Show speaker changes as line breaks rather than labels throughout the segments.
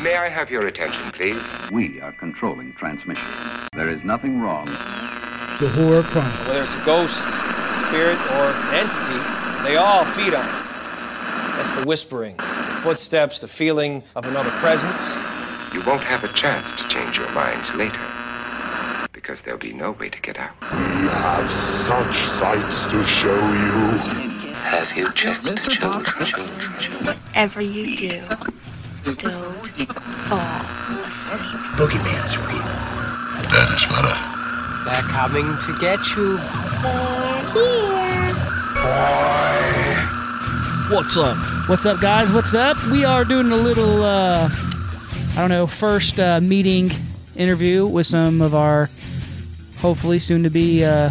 May I have your attention, please?
We are controlling transmission. There is nothing wrong.
The Horror Chronicles.
Whether it's a ghost, spirit, or an entity, they all feed on it. That's the whispering, the footsteps, the feeling of another presence.
You won't have a chance to change your minds later. Because there'll be no way to get out.
We have such sights to show you.
Have you checked the children? children, children?
Whatever you do, don't fall asleep.
Boogeyman's real.
That is better.
They're coming to get you.
What's up? What's up, guys? What's up? We are doing a little, uh, I don't know, first uh, meeting interview with some of our hopefully soon to be uh,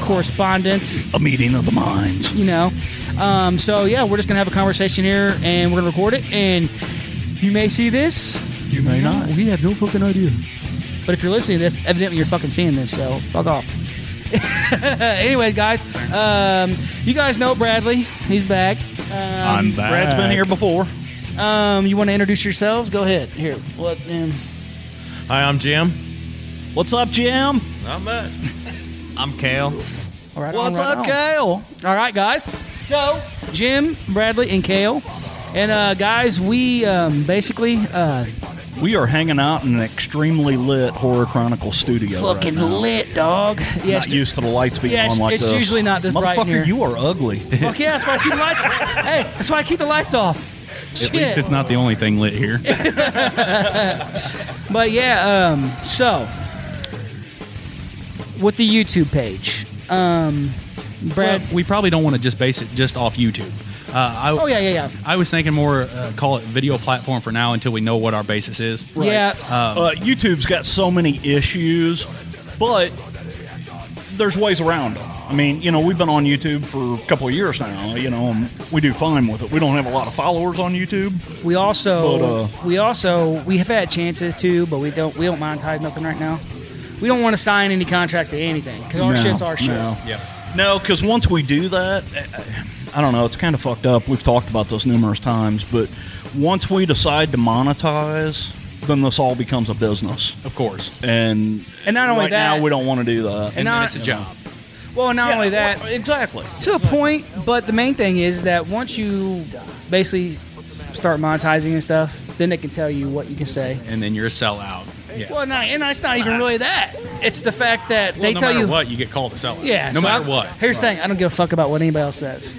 correspondents,
A meeting of the minds.
you know. Um, so, yeah, we're just going to have a conversation here and we're going to record it. And you may see this,
You may not.
we have no fucking idea. But if you're listening to this, evidently you're fucking seeing this, so fuck off. Anyways, guys, um, you guys know Bradley. He's back.
I'm back.
Brad's been here before.
Um, you want to introduce yourselves? Go ahead. Here, what? Um,
Hi, I'm Jim.
What's up, Jim?
Not much. I'm Kale.
all right.
What's
on, right
up,
on.
Kale?
All right, guys. So, Jim, Bradley, and Kale, and uh, guys, we um, basically uh,
We are hanging out in an extremely lit Horror Chronicle studio.
fucking
right now.
lit, dog. Yes.
Not used to the lights being
Yes,
on like
it's
this.
usually not this
Motherfucker,
bright in here.
you are ugly.
Fuck yeah, that's why I keep the lights. hey, that's why I keep the lights off. Shit.
not the only thing lit here.
But yeah, um, so with the YouTube page, um, Brad.
Well, we probably don't want to just base it just off YouTube. Uh, I,
oh yeah, yeah, yeah.
I was thinking more uh, call it video platform for now until we know what our basis is.
Yeah,
uh, YouTube's got so many issues, but there's ways around them. I mean, you know, we've been on YouTube for a couple of years now. You know, and we do fine with it. We don't have a lot of followers on YouTube.
we also
But, uh,
we also we have had chances too, but we don't we don't monetize nothing right now. We don't want to sign any contracts to anything because our
No,
shit's our shit.
no.
Yep.
No, because once we do that, eh, I- I don't know. It's kind of fucked up. We've talked about this numerous times, but once we decide to monetize, then this all becomes a business.
Of course.
And
And not only
right
that-
now we don't want to do that.
And not-
It's a job.
Well, not only that,
exactly.
to a point, but the main thing is that once you basically start monetizing and stuff, then they can tell you what you can say.
And then you're a sellout. Yeah.
Well, not, and it's not even really that. It's the fact that they
no
tell
matter
you
what, you get called a sellout.
Yeah.
No
so
matter
I-
what.
Here's the thing: I don't give a fuck about what anybody else says.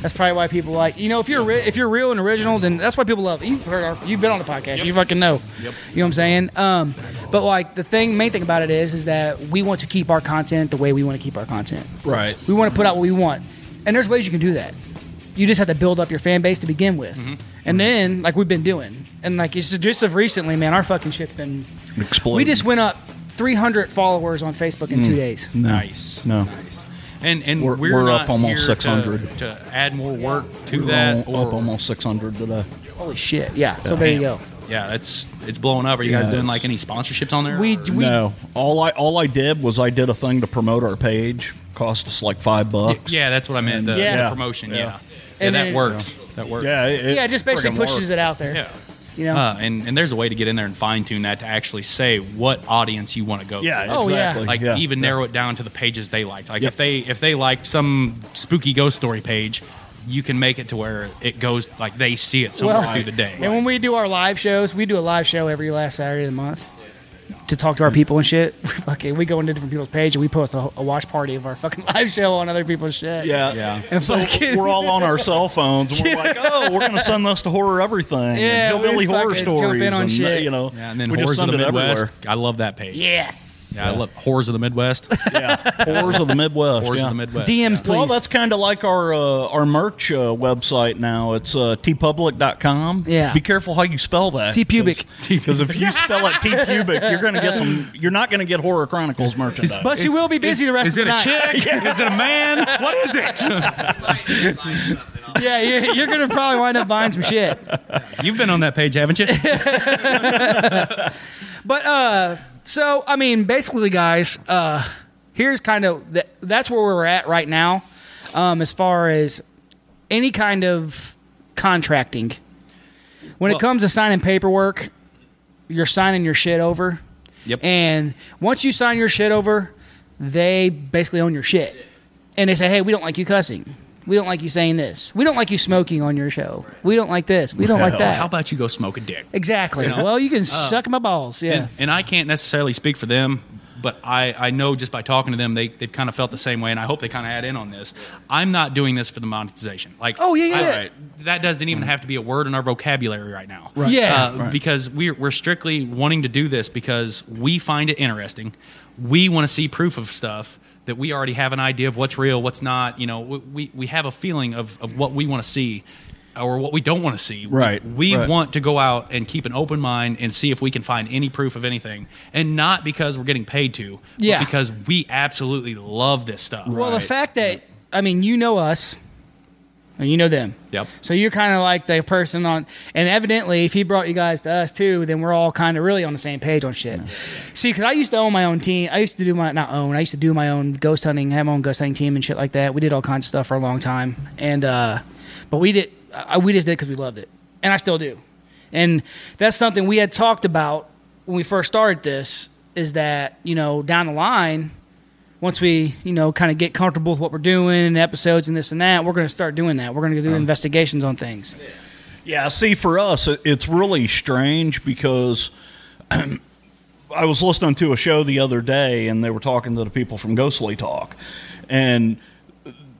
that's probably why people like you know if you're ri- if you're real and original, then that's why people love you've heard our, you've been on the podcast. You fucking know. Yep. You know what I'm saying? Um, but like the thing, main thing about it is, is that we want to keep our content the way we want to keep our content.
Right.
We want to put out what we want, and there's ways you can do that. You just have to build up your fan base to begin with,
Mm-hmm.
and then like we've been doing, and like it's just, just of recently, man, our fucking shit's been.
Explode.
We just went up 300 followers on Facebook
Mm.
in two days.
Nice.
No.
Nice. And and
We're-
we're,
we're up
not
almost
here
600.
to, to add more work to
We're
that.
up almost 600 today.
Holy shit! Yeah. So there you
Damn.
go.
Yeah, that's it's blowing up. Are you
Yeah.
guys doing like any sponsorships on there?
We
or-
we
no, all I all I did was I did a thing to promote our page. Cost us like five bucks.
yeah, that's what I meant. The,
Yeah.
the promotion. Yeah.
Yeah.
Yeah,
And
that
then-
works. That works.
yeah, it,
yeah, it just basically
friggin'
pushes
work.
it out there.
Yeah.
You know.
Uh, and, and there's a way to get in there and fine tune that to actually say what audience you want to go
yeah,
for.
Oh, yeah.
exactly.
Like
yeah.
even narrow it down to the pages they liked. Like
Yep.
if they if they liked some spooky ghost story page, you can make it to where it goes like they see it somewhere
Well,
through the day.
Oh. and when we do our live shows, we do a live show every last Saturday of the month to talk
Mm.
to our people and shit. okay, we go into different people's page and we post a, a watch party of our fucking live show on other people's shit.
Yeah.
Yeah.
And
So
fucking-
we're all on our cell phones. And we're like, oh, we're gonna send this to horror everything.
Yeah,
and Hillbilly
we
horror
fucking jump
stories.
in on
and,
shit.
You know,
yeah, and then
we just
horrors of
send
the
it
Midwest.
everywhere.
I love that page.
Yes.
Yeah, I love horrors of the Midwest.
Yeah, horrors of the Midwest.
horrors
yeah.
of the Midwest.
DMs, please.
Well, that's kind of like our uh, our merch uh, website now. It's uh, tpublic.com.
Yeah.
Be careful how you spell that.
Tpubic.
Because if you spell it tpubic, you're going to get some. You're not going to get Horror Chronicles merchandise.
but you will be busy the rest
Uh,
of
Is it
the
a
night.
chick? Is it a man? What is it?
Yeah, you're, you're gonna probably wind up buying some shit.
You've been on that page, haven't you?
But uh, so I mean, basically, guys, uh, here's kind of th- that's where we're at right now, um, as far as any kind of contracting. When
Well-
it comes to signing paperwork, you're signing your shit over.
Yep.
And once you sign your shit over, they basically own your shit. And they say, hey, we don't like you cussing. We don't like you saying this. We don't like you smoking on your show. We don't like this. We don't like
How
that.
about you go smoke a dick?
Exactly. Well, you can suck my balls. Yeah.
And, and I can't necessarily speak for them, but I, I know just by talking to them, they, they've kind of felt the same way, and I hope they kind of add in on this. I'm not doing this for the monetization. Like,
Oh, yeah, yeah,
I-
yeah. Mm-hmm.
right, that doesn't even have to be a word in our vocabulary right now.
Right. Yeah.
Uh, Because we're, we're strictly wanting to do this because we find it interesting. We want to see proof of stuff that we already have an idea of what's real, what's not. You know, we, we, we have a feeling of, of what we want to see or what we don't want to see.
Right,
We, we
right.
want to go out and keep an open mind and see if we can find any proof of anything. And not because we're getting paid to,
Yeah.
but because we absolutely love this stuff.
Well, the fact that I mean, you know us, and you know them.
Yep.
So you're kind of like the person on, and evidently, if he brought you guys to us too, then we're all kind of really on the same page on shit. See, because I used to own my own team. I used to do my not own. I used to do my own ghost hunting, have my own ghost hunting team and shit like that. We did all kinds of stuff for a long time, and uh, but we did. I, we just did because we loved it, and I still do. And that's something we had talked about when we first started this. Is that you know down the line once we you know kind of get comfortable with what we're doing and episodes and this and that we're going to start doing that we're going to
Um,
do investigations on things
Yeah, see, for us, it- it's really strange because I was listening to a show the other day, and they were talking to the people from Ghostly Talk, and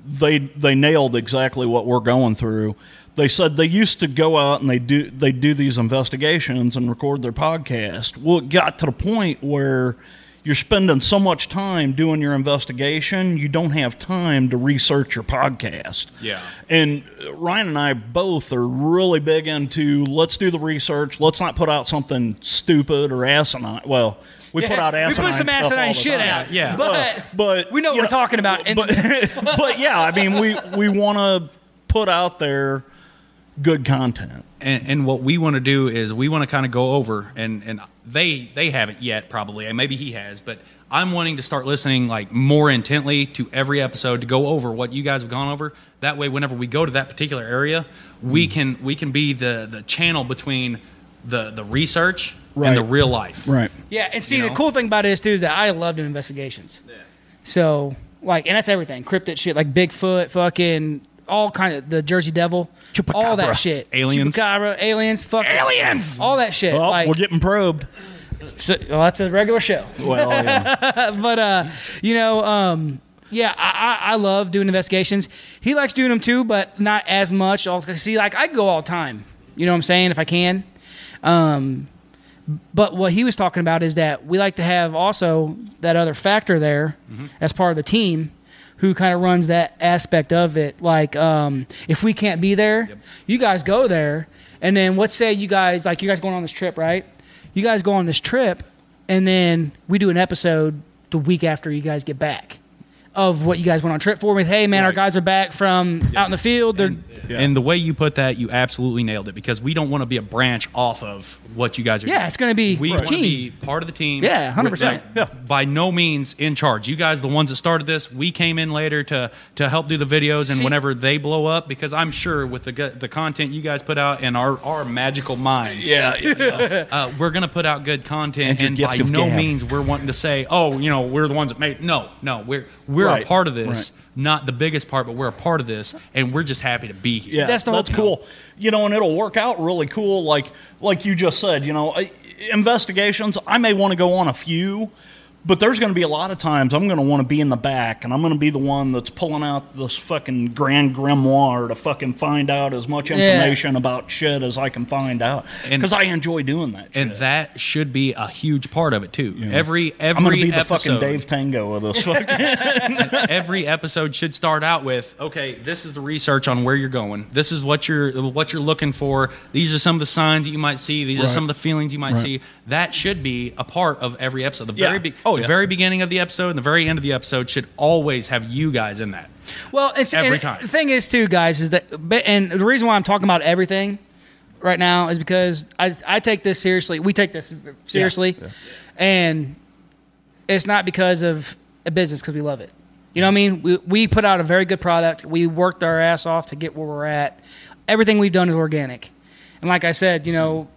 they they nailed exactly what we're going through. They said they used to go out and they do they do these investigations and record their podcast. Well, it got to the point where you're spending so much time doing your investigation, you don't have time to research your podcast.
Yeah.
And Ryan and I both are really big into let's do the research. Let's not put out something stupid or asinine. Well, we put out
Yeah, we
asinine.
put some
stuff all
asinine
the
shit
time.
out
yeah.
but,
But
we know what
you
we're talking about and
But, but yeah, I mean, we we want to put out there good content.
and, and what we want to do is we want to kind of go over and and they they haven't yet probably and maybe he has but i'm wanting to start listening like more intently to every episode to go over what you guys have gone over that way whenever we go to that particular area we can we can be the the channel between the the research
Right.
and the real life
Right.
yeah and see
You
the
know?
cool thing about it is too is that i love doing investigations so like and that's everything cryptid shit like bigfoot fucking all kind of the jersey devil all that
Chupacabra.
shit
Aliens.
Chupacabra, aliens fuck aliens all that shit
Well,
like
we're getting probed.
so- well, that's a regular show
Well, yeah.
but uh, you know, um, yeah, I, I, I love doing investigations. He likes doing them too, but not as much. All see, like I go all the time. You know what I'm saying? If I can. Um, but what he was talking about is that we like to have also that other factor there
Mm-hmm.
as part of the team who kind of runs that aspect of it. Like, um, if we can't be there, you guys go there. And then let's say you guys, like, you guys going on this trip, right? You guys go on this trip, and then we do an episode the week after you guys get back of what you guys went on trip for with hey man our
Right.
guys are back from out in the field they're
and, and the way you put that, you absolutely nailed it because we don't want to be a branch off of what you guys are.
Yeah,
doing.
it's gonna be a
we want to
team.
be part of the team.
Yeah, 100%.
We're, like, By no means in charge. You guys, the ones that started this, we came in later to to help do the videos and
See-
whenever they blow up, because I'm sure with the gu- the content you guys put out and our our magical minds, yeah, uh, we're gonna put out good content.
your
And,
gift
by
of
no
gab.
means we're wanting to say, oh, you know, we're the ones that made. No, no, we're we're
Right,
a part of this.
right.
Not the biggest part, but we're a part of this, and we're just happy to be here.
Yeah,
That's
that's
the whole point.
cool. You know, and it'll work out really cool. Like like you just said, you know, I- investigations. I may want to go on a few, but there's going to be a lot of times I'm going to want to be in the back, and I'm going to be the one that's pulling out this fucking grand grimoire to fucking find out as much information about shit as I can find out
And-
because I enjoy doing that.
and
shit.
that should be a huge part of it too. Every every
I'm going to be the fucking
episode,
Dave Tango of this fucking.
every episode should start out with, okay, this is the research on where you're going. This is what you're what you're looking for. These are some of the signs that you might see. These are some of the feelings you might see. That should be a part of every episode. The
Yeah.
very be-
Oh,
the
yeah.
very beginning of the episode and the very end of the episode should always have you guys in that.
Well, it's
Every
and
time.
The thing is, too, guys, is that but- and the reason why I'm talking about everything right now is because I I take this seriously. We take this seriously, and it's not because of a business because we love it. You know what I mean? We we put out a very good product. We worked our ass off to get where we're at. Everything we've done is organic. And like I said, you know,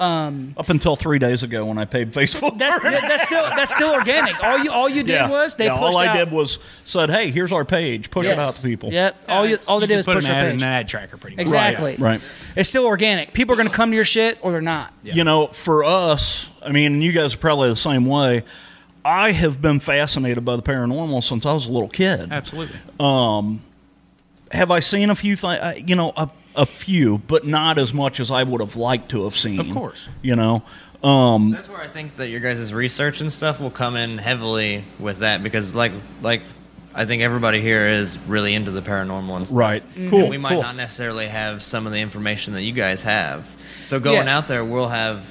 um,
Up until three days ago when I paid Facebook.
that's that- that's still that's still organic. All you all you did
Yeah.
was they
yeah,
pushed
all I
out.
did was said, "Hey, here's our page. Push it out to people."
Yep. all you, all they did
just
was
put
push
an
our
ad
page.
in an ad tracker, pretty much.
Exactly.
Right.
It's still organic. People are going to come to your shit or they're not.
You know, for us, I mean, you guys are probably the same way. I have been fascinated by the paranormal since I was a little kid.
Absolutely.
Have I seen a few things? You know, a, a few, but not as much as I would have liked to have seen.
Of course.
You know, um,
That's where I think that your guys' research and stuff will come in heavily with that because, like, like I think everybody here is really into the paranormal and stuff.
right.
And
Cool.
we might
cool.
not necessarily have some of the information that you guys have. So going
Yeah.
out there, we'll have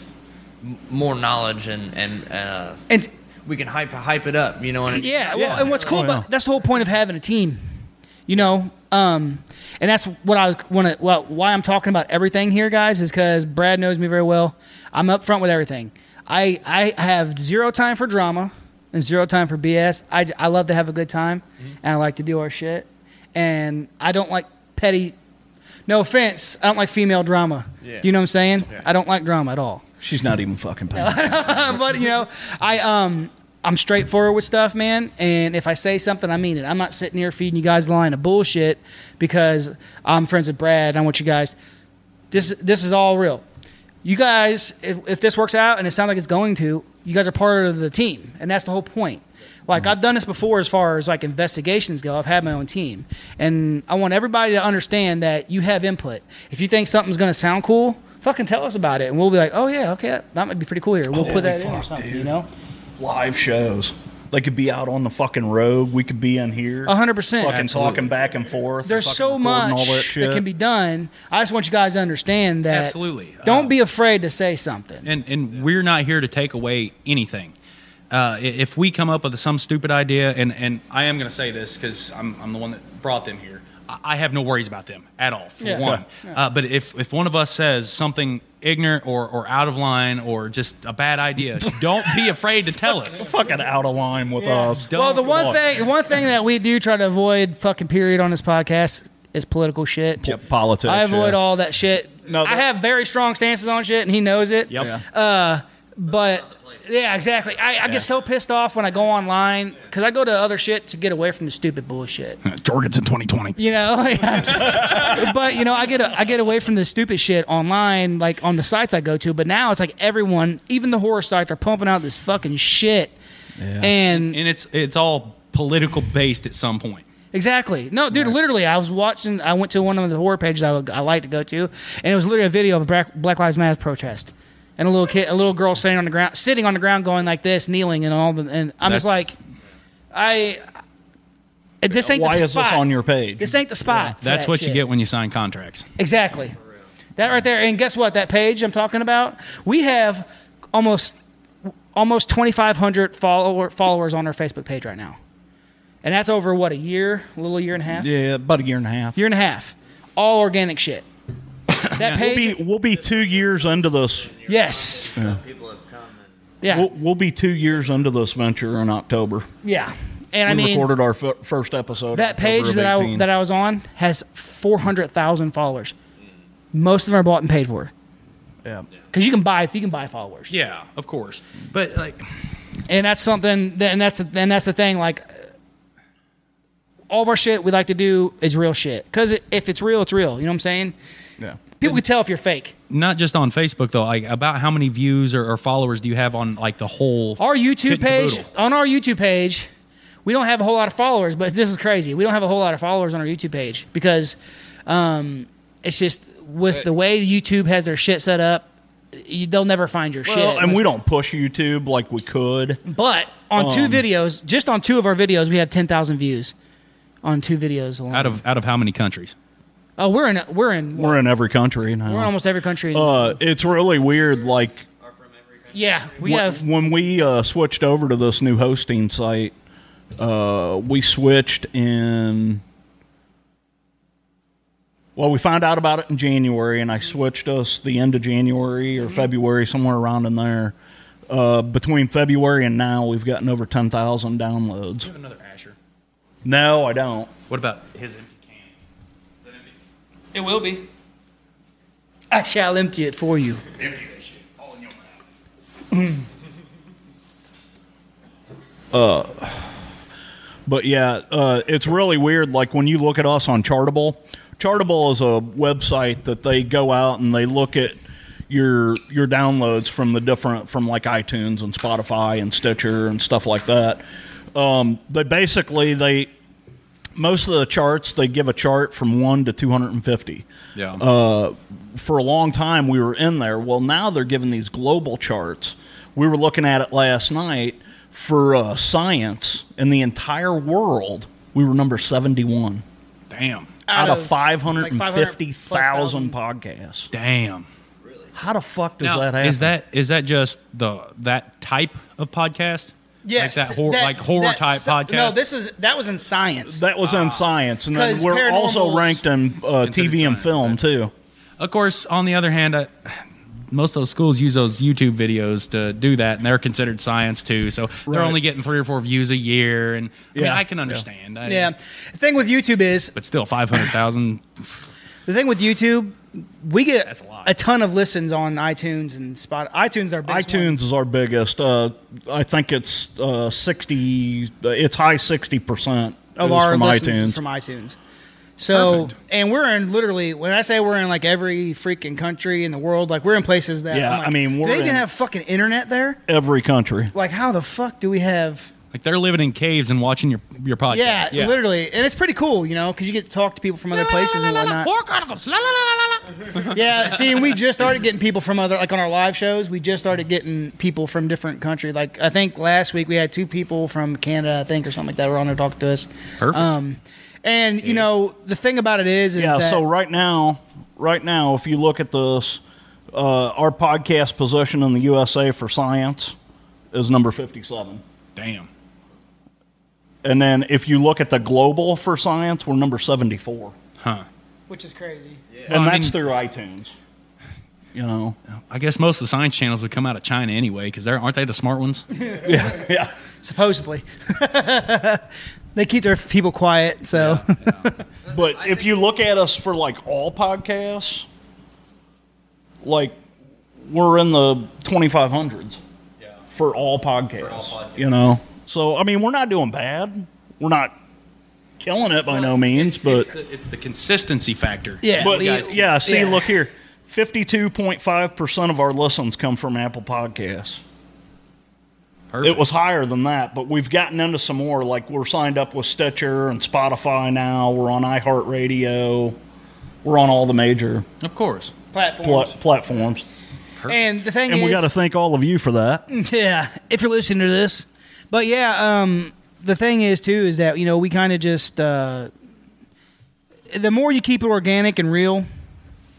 m- more knowledge and and uh,
And
we can hype hype it up. You know what I mean?
yeah, well, and what's cool
Oh, yeah.
about that's the whole point of having a team. You know, um, and that's what I want to. Well, why I'm talking about everything here, guys, is because Brad knows me very well. I'm upfront with everything. I I have zero time for drama and zero time for BS. I, j- I love to have a good time
Mm-hmm.
and I like to do our shit. And I don't like petty. No offense, I don't like female drama. Do you know what I'm saying? I don't like drama at all.
She's not even fucking paying.
but you know, I um I'm straightforward with stuff, man. And if I say something, I mean it. I'm not sitting here feeding you guys a line of bullshit because I'm friends with Brad. I want you guys. This this is all real. You guys, if, if this works out and it sounds like it's going to, you guys are part of the team, and that's the whole point. Like I've done this before, as far as like investigations go, I've had my own team, and I want everybody to understand that you have input. If you think something's going to sound cool, fucking tell us about it, and we'll be like, oh yeah, okay, that, that might be pretty cool here. We'll put that in or something, you know.
Live shows. They could be out on the fucking road. We could be in here.
A hundred percent.
Fucking talking back and forth.
There's
fucking
so
recording
much
all
that,
shit.
can be done. I just want you guys to understand that.
Absolutely.
Don't
Uh,
be afraid to say something.
and and we're not here to take away anything. Uh, i- if we come up with some stupid idea, and and I am going to say this because I'm I'm the one that brought them here. I I have no worries about them at all. For
Yeah.
one, Uh, but if if one of us says something ignorant or or out of line or just a bad idea, don't be afraid to tell us.
fucking out of line with us.
well, the one
Look.
thing, the one thing that we do try to avoid, fucking period, on this podcast is political shit.
Po- politics,
I avoid
yeah.
all that shit.
No,
I
that-
have very strong stances on shit, and he knows it.
Yep. Yeah.
Uh, but yeah, exactly. I, I get so pissed off when I go online because I go to other shit to get away from the stupid bullshit.
Jorgensen 2020.
you know. but you know, I get a, I get away from the stupid shit online, like on the sites I go to. But now it's like everyone, even the horror sites, are pumping out this fucking shit. And
and it's it's all political based at some point.
exactly, no, dude. Literally, I was watching. I went to one of the horror pages I, would- I like to go to, and it was literally a video of a Black, Black Lives Matter protest, and a little kid, a little girl sitting on the ground, sitting on the ground, going like this, kneeling, and all the. And I'm just like,
That's-
I. This ain't
Why
the
is this
spot.
on your page?
This ain't the spot. for
That's
that
what you
shit.
get when you sign contracts.
Exactly. That right there. And guess what? That page I'm talking about, we have almost almost 2,500 follower, followers on our Facebook page right now. And that's over what a year, a little year and a half,
Yeah, about a year and a half.
year and a half, all organic shit. That
We'll
page,
be we'll be two years into this.
yes,
People have come and
yeah,
We'll, we'll be two years into this venture in October.
yeah. And I
we
mean,
recorded our f- first episode.
that page that I that I was on has 400,000 followers. Most of them are bought and paid for.
yeah.
Because you can buy if you can buy followers.
Yeah, of course. But like,
and that's something that, and that's and that's the thing like all of our shit we like to do is real shit because if it's real it's real you know what i'm saying
yeah.
people can tell if you're fake
not just on Facebook though. Like about how many views or, or followers do you have on like the whole
our youtube
Kit and
page
caboodle?
on our youtube page we don't have a whole lot of followers but this is crazy we don't have a whole lot of followers on our youtube page because um, it's just with the way youtube has their shit set up you, they'll never find your
Well,
shit
and we don't push YouTube like we could.
but on two
Um,
videos just on two of our videos we have 10000 views on two videos alone
out of out of how many countries?
oh we're in we're in
We're in every country now.
We're in almost every country.
Uh, it's really weird. Like
yeah, we
wh-
have.
when we uh, switched over to this new hosting site, uh, we switched in. Well, we found out about it in January, and I switched us the end of January or February, somewhere around in there. Uh, between February and now, we've gotten over ten thousand downloads.
Another Asher.
No, I don't.
What about his empty can? Is that empty?
It will be. I shall empty it for you.
Uh, but yeah, uh, it's really weird. Like when you look at us on Chartable, Chartable is a website that they go out and they look at your your downloads from the different from like iTunes and Spotify and Stitcher and stuff like that. Um, they basically they most of the charts they give a chart from one to two hundred and fifty.
Yeah.
Uh, for a long time, we were in there. Well, now they're giving these global charts. We were looking at it last night for uh, science in the entire world. We were number seventy-one.
Damn.
Out,
Out
of
of,
five hundred
like,
and
550,000
fifty thousand podcasts.
Damn.
How the fuck does
Now,
that happen?
Is that is that just the that type of podcast?
Yes,
like that,
th-
hor-
that-
like horror
that-
type
so-
podcast.
No, this is that was in science.
That was in science, and then
'Cause
we're also
paranormal's
ranked in uh, TV and film too.
Of course, on the other hand, I, most of those schools use those YouTube videos to do that, and they're considered science too. So they're
Right.
only getting three or four views a year, and I mean,
Yeah.
I can understand. I-
yeah. The thing with YouTube is
but still, five hundred thousand.
the thing with YouTube, we get a, ton of listens on iTunes and Spot. iTunes are
iTunes is our biggest. Uh, I think it's uh, sixty. uh, It's high sixty percent
of our
from
listens
iTunes.
is from iTunes. So, and we're in literally when I say we're in like every freaking country in the world, like we're in places that
Yeah,
I'm like,
I mean,
do
we're
they even
in-
have fucking internet there.
Every country.
Like, how the fuck do we have
Like they're living in caves and watching your your podcast.
Yeah, literally, and it's pretty cool, you know, because you get to talk to people from other places and whatnot. yeah, see, and we just started getting people from other, like on our live shows, we just started getting people from different countries. Like I think last week we had two people from Canada, I think, or something like that, were on there talking to us.
Perfect.
Um, and you know, the thing about it is, is
yeah.
that-
So right now, right now, if you look at this, uh, our podcast position in the USA for science is number fifty-seven.
Damn.
And then if you look at the global for science, we're number seventy-four,
Huh.
which is crazy.
and that's through iTunes. You know.
I guess most of the science channels would come out of China anyway, because they're aren't they the smart ones?
yeah, yeah.
Supposedly, they keep their people quiet. So,
But if you look at us for like all podcasts, like we're in the 2500s for all podcasts, you know. So I mean, we're not doing bad. We're not killing it by no means, but
it's, the, it's the consistency factor.
but
You guys-
yeah, see, look here. 52.5% of our listens come from Apple Podcasts. It was higher than that, but we've gotten into some more. Like we're signed up with Stitcher and Spotify now. We're on iHeartRadio. We're on all the major
Of course.
pla- platforms.
and the thing
and
is,
we got to thank all of you for that.
Yeah, if you're listening to this. But yeah, um, the thing is too is that you know we kind of just uh, the more you keep it organic and real,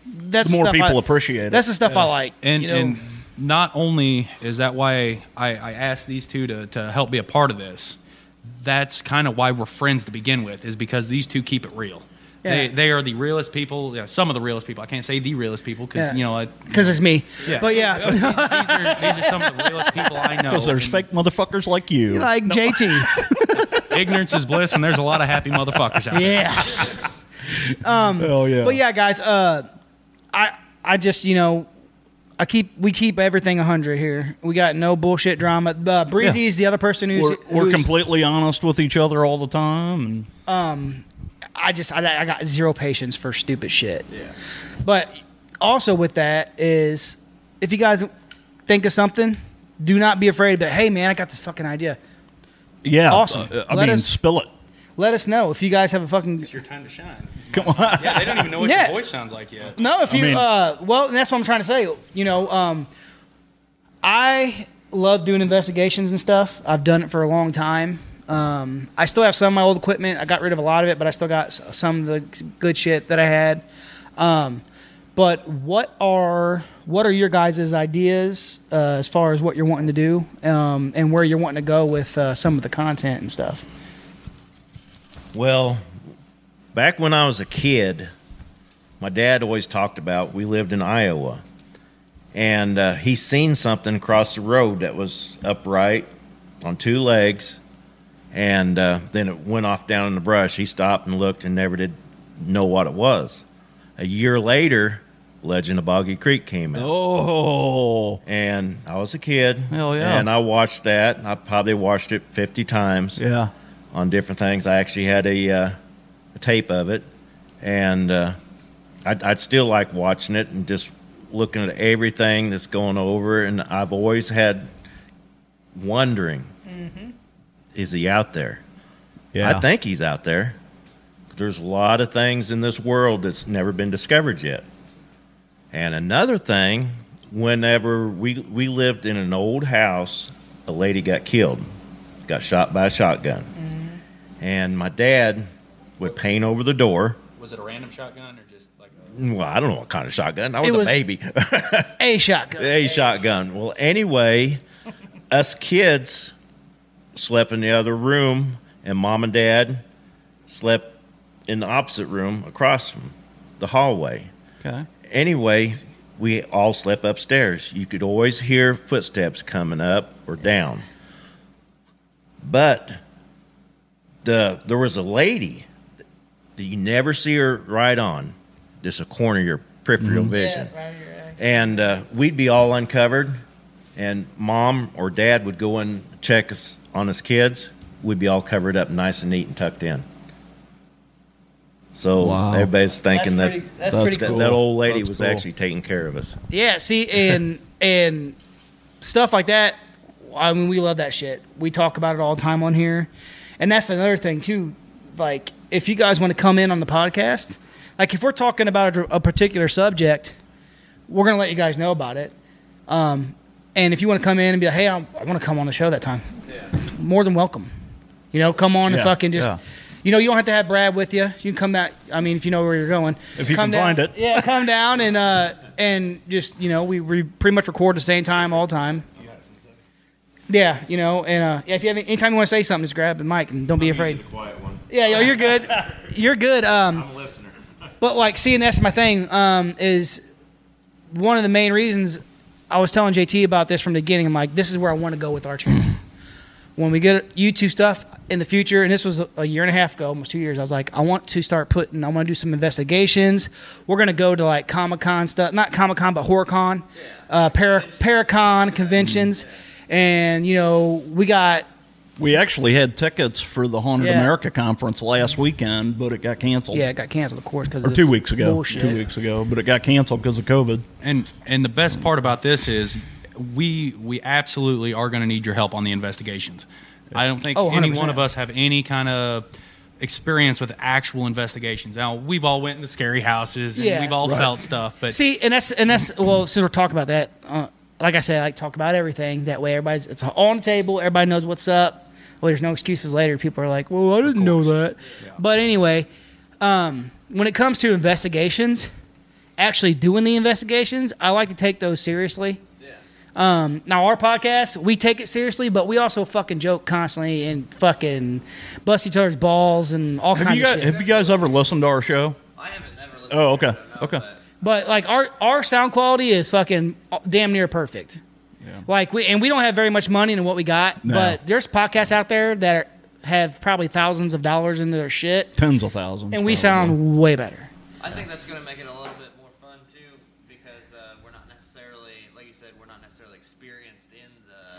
that's
The more
stuff
people
I-
appreciate it.
That's the stuff I like.
And
you know?
and not only is that why I, I asked these two to, to help be a part of this, that's kind of why we're friends to begin with, is because these two keep it real. They,
Yeah.
they are the realest people. Yeah, some of the realest people. I can't say the realest people because
Yeah.
you know I,
because it's me.
Yeah.
But
These- these are-
yeah,
these are some of the realest people I know.
Because there's fake motherfuckers like you.
like JT.
Ignorance is bliss, and there's a lot of happy motherfuckers out there.
Yes. um,
Hell yeah.
But yeah, guys, uh, I I just you know. I keep we keep everything hundred here. We got no bullshit drama. Uh, Breezy
Yeah.
is the other person who's
We're, we're
who's-
completely honest with each other all the time. And
um, I just I, I got zero patience for stupid shit. Yeah. But also with that is, if you guys think of something, do not be afraid. But hey, man, I got this fucking idea.
yeah,
Awesome.
uh, I
Let
mean,
us-
spill it.
Let us know if you guys have a fucking. It's
your time to shine.
Come on.
Yeah, they don't even know what
Yeah.
your voice sounds like yet.
No, if
I
you
mean-
uh, well, and that's what I'm trying to say. You know, um, I love doing investigations and stuff. I've done it for a long time. Um, I still have some of my old equipment. I got rid of a lot of it, but I still got s- some of the good shit that I had. Um, but what are what are your guys' ideas uh, as far as what you're wanting to do um, and where you're wanting to go with uh, some of the content and stuff?
Well, back when I was a kid, my dad always talked about we lived in Iowa, and uh, he seen something across the road that was upright on two legs, and uh, then it went off down in the brush. He stopped and looked and never did know what it was. A year later, Legend of Boggy Creek came out.
Oh.
And I was a kid.
Hell yeah.
And I watched that. and I probably watched it 50 times.
Yeah.
On different things. I actually had a, uh, a tape of it. And uh, I'd, I'd still like watching it and just looking at everything that's going over. And I've always had wondering is he out there?
Yeah.
I think he's out there. There's a lot of things in this world that's never been discovered yet. And another thing, whenever we we lived in an old house, a lady got killed, got shot by a shotgun.
Mm-hmm.
And my dad would paint over the door.
Was it a random shotgun or just like
Well, I don't know what kind of shotgun. I was,
It was-
a baby.
a shotgun.
A shotgun. Well, anyway, us kids slept in the other room, and mom and dad slept in the opposite room across from the hallway.
Okay.
Anyway, we all slept upstairs. You could always hear footsteps coming up or down. But the there was a lady that you never see her right on, just a corner of your
Mm-hmm.
peripheral vision. And uh, we'd be all uncovered, and mom or dad would go and check us on us kids. We'd be all covered up, nice and neat, and tucked in. So
Wow.
everybody's thinking
That's
that
pretty- that's That's pretty
that,
cool.
that old lady
That's
was
cool.
actually taking care of us.
Yeah, see, and and stuff like that. I mean, we love that shit. We talk about it all the time on here, and that's another thing too. Like, if you guys want to come in on the podcast, like if we're talking about a, a particular subject, we're gonna let you guys know about it. Um, and if you want to come in and be like, "Hey, I, I want to come on the show that time," more than welcome. You know, come on and
Yeah,
fucking just.
yeah.
You know, you don't have to have Brad with you. You can come back. I mean, if you know where you're going,
If you
come
can
down-
find it.
yeah, come down and uh and just you know we, we pretty much record the same time all the time. Yeah, you know, and uh, yeah, if you have any, anytime you want to say something, just grab the mic and don't be afraid. Yeah, yo, you're good. You're good. Um,
a listener.
but like, seeing that's my thing. Um, is one of the main reasons I was telling JT about this from the beginning. I'm like, this is where I want to go with our channel. when we get YouTube stuff in the future, and this was a- a year and a half ago, almost two years, I was like, I want to start putting, I want to do some investigations. We're going to go to like Comic Con stuff, not Comic Con, but HorrorCon, uh, Para, Paracon conventions. And, you know, we got
We actually had tickets for the Haunted
Yeah.
America conference last weekend, but it got canceled.
Yeah, it got canceled, of course, because
or two weeks ago.
Bullshit.
Two weeks ago, but it got canceled because of COVID.
And and the best part about this is we we absolutely are going to need your help on the investigations. I don't think
Oh,
any
100%.
one of us have any kind of experience with actual investigations. Now, we've all went into scary houses and
Yeah.
we've all
Right.
felt stuff, but
see, and that's and that's well, since we're talking about that, uh, like I said, I like to talk about everything. That way, everybody's it's all on the table. Everybody knows what's up. Well, there's no excuses later. People are like, "Well, I didn't know that." But anyway, um, when it comes to investigations, actually doing the investigations, I like to take those seriously. Um, now our podcast, we take it seriously, but we also fucking joke constantly and fucking bust each other's balls and all
Have
kinds
you guys,
of shit.
have you guys ever listened to our show? I haven't never listened. Oh, okay, okay.
But like our our sound quality is fucking damn near perfect. Like we and we don't have very much money in what we got,
No.
but there's podcasts out there that are, have probably thousands of dollars into their shit,
Tens of thousands.
and we sound way better.
Oh.
I think that's going to make it a little bit more fun too, because uh, we're not necessarily, like you said, we're not necessarily experienced in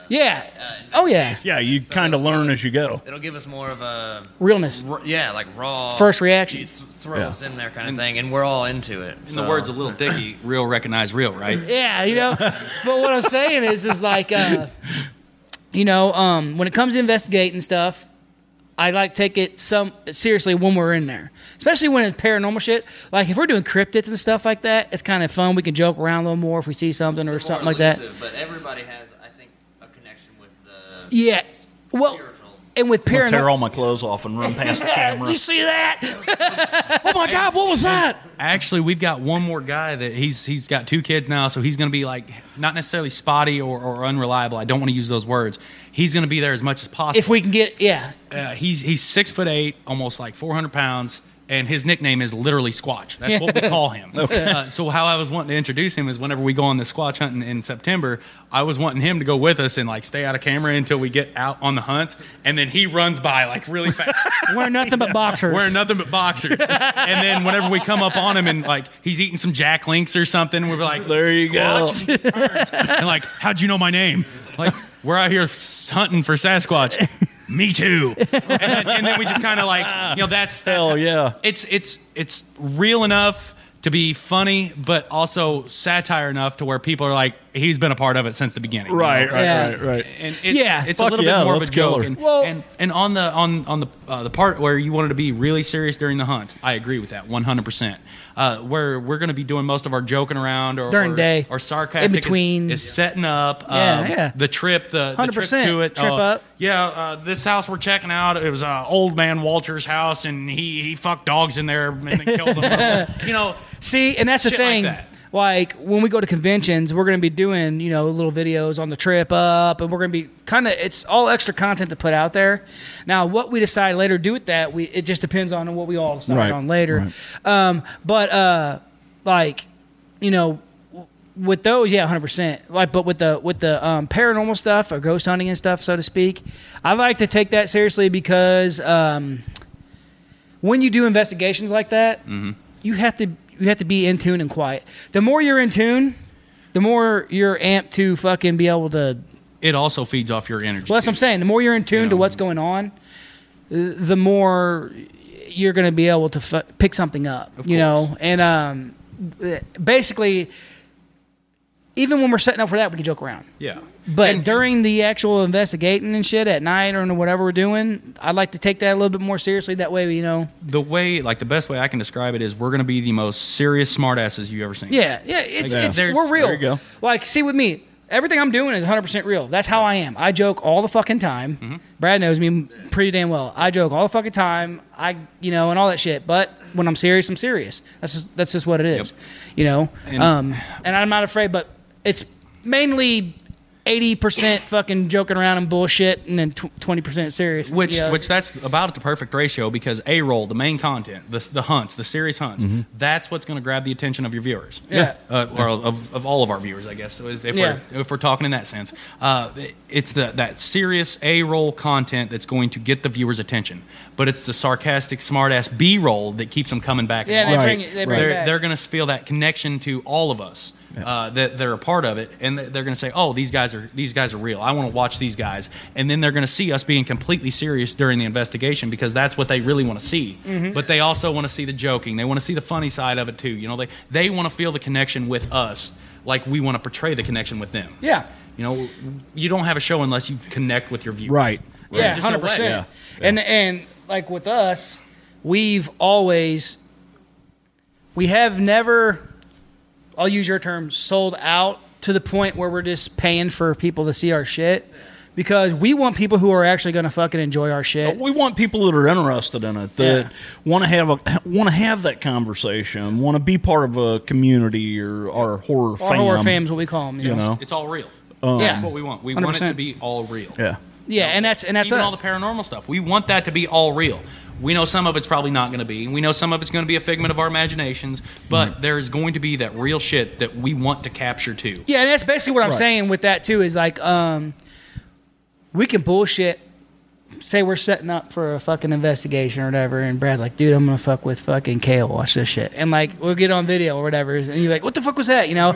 the
Yeah.
Uh,
Oh yeah.
Yeah, you kind of learn as you go.
It'll give us more of a
Realness.
r- yeah, like raw
First reaction.
you th- throw us
Yeah.
in there kind of thing, and we're all into it.
in the words of Little Dicky, real recognize real, right?
Yeah, you know. but what I'm saying is, is like, uh, you know, um, when it comes to investigating stuff, I like take it some seriously when we're in there, especially when it's paranormal shit. Like if we're doing cryptids and stuff like that, it's kind of fun. We can joke around a little more if we see something or something like that.
But everybody has, I think, a connection with the
Yeah. Well, and with
I'll tear
paranormal.
all my clothes off and run past the camera.
Did you see that? oh my god, what was that?
Actually, we've got one more guy that he's he's got two kids now, so he's going to be like not necessarily spotty or, or unreliable. I don't want to use those words. He's going to be there as much as possible.
If we can get, yeah,
uh, he's he's six foot eight, almost like four hundred pounds, and his nickname is literally Squatch. That's what we call him.
Okay.
Uh, so how I was wanting to introduce him is whenever we go on the Squatch hunting in September, I was wanting him to go with us and like stay out of camera until we get out on the hunt, and then he runs by like really fast.
Wearing nothing but boxers.
Wearing nothing but boxers. and then whenever we come up on him and like he's eating some Jack Links or something, we're like, there you
go.
and like, how'd you know my name? Like, we're out here s- hunting for Sasquatch. Me too. And then, and then we just kind of like, you know, that's, that's hell yeah. It's it's it's real enough to be funny, but also satire enough to where people are like, he's been a part of it since the beginning.
Right, right,
Yeah.
right, right.
And it's,
Yeah.
it's
Fuck
a little
yeah,
bit more of a
let's kill
joke.
her.
And, and and on the on on the uh, the part where you wanted to be really serious during the hunts, I agree with that one hundred percent. Uh, Where we're going to be doing most of our joking around or
During
or,
day.
or sarcastic
In
is-
between.
is, setting up.
Yeah,
um,
yeah.
The trip, the, the trip
100%.
to it,
Trip
uh,
up.
Yeah, uh, this house we're checking out. It was uh, old man Walter's house, and he he fucked dogs in there and then killed them. you know,
See, and that's the
shit like
thing. Like,
that.
when we go to conventions, we're going to be doing you know little videos on the trip up, and we're going to be kind of it's all extra content to put out there. Now, what we decide later to do with that, we it just depends on what we all decide
Right,
on later. Um, but uh, like you know. w- With those, yeah, hundred percent. Like, but with the with the um, paranormal stuff or ghost hunting and stuff, so to speak, I like to take that seriously because um, when you do investigations like that,
Mhm.
you have to you have to be in tune and quiet. The more you're in tune, the more you're amped to fucking be able to.
It also feeds off your energy.
Well, that's what I'm saying. The more you're in tune to what's going on, th- the more you're going to be able to f- pick something up. you know, and um, basically, even when we're setting up for that, we can joke around.
Yeah.
But during the actual investigating and shit at night or whatever we're doing, I'd like to take that a little bit more seriously. That way, you know,
the way, like the best way I can describe it is, we're going to be the most serious smartasses you've ever seen.
Yeah, yeah, it's
Like,
it's
there's-
we're real.
there you go.
Like, see with me, everything I'm doing is 100 percent real. That's how I am. I joke all the fucking time.
Mm-hmm.
Brad knows me pretty damn well. I joke all the fucking time. I you know and all that shit. But when I'm serious, I'm serious. That's just that's just what it is. You know,
And-
um, and I'm not afraid. But it's mainly. 80% fucking joking around and bullshit and then tw- 20% serious.
Which,
you know,
which that's about the perfect ratio because a roll, the main content, the, the hunts, the serious hunts,
Mhm.
that's what's going to grab the attention of your viewers.
Yeah.
Uh, or of, of all of our viewers, I guess. So if, if we're, if we're talking in that sense, uh, it's the that serious a roll content that's going to get the viewers' attention. But it's the sarcastic, smart ass b roll that keeps them coming back.
Yeah,
and
they
watching.
bring it- they bring it
they're,
back.
they're going to feel that connection to all of us uh, that they're a part of it, and th- they're going to say, "Oh, these guys are these guys are real. I want to watch these guys." And then they're going to see us being completely serious during the investigation because that's what they really want to see.
Mm-hmm.
Mhm.
But they also want to see the joking. They want to see the funny side of it too. You know, they they want to feel the connection with us, like we want to portray the connection with them.
Yeah.
You know, you don't have a show unless you connect with your viewers.
Right.
There's
Yeah,
just no
hundred
way.
percent. And and like with us, we've always we have never. I'll use your term, sold out to the point where we're just paying for people to see our shit because we want people who are actually going to fucking enjoy our shit.
We want people that are interested in it that
Yeah.
want to have a want to have that conversation, want to be part of a community or or horror
Or
Oh,
fam.
horror fam is what we call 'em, you
You
know.
know,
It's all real.
Um,
That's what we want. We want it to
100%.
be all real.
yeah.
Yeah, and that's and that's
even
us.
all the paranormal stuff. We want that to be all real. We know some of it's probably not going to be. We know some of it's going to be a figment of our imaginations, but
Mm-hmm.
there is going to be that real shit that we want to capture too.
Yeah, and that's basically what I'm
Right.
saying with that too. Is like, um, we can bullshit. Say we're setting up for a fucking investigation or whatever, and Brad's like, "Dude, I'm gonna fuck with fucking Kale. Watch this shit." And like, we'll get on video or whatever, and you're like, "What the fuck was that?" You know,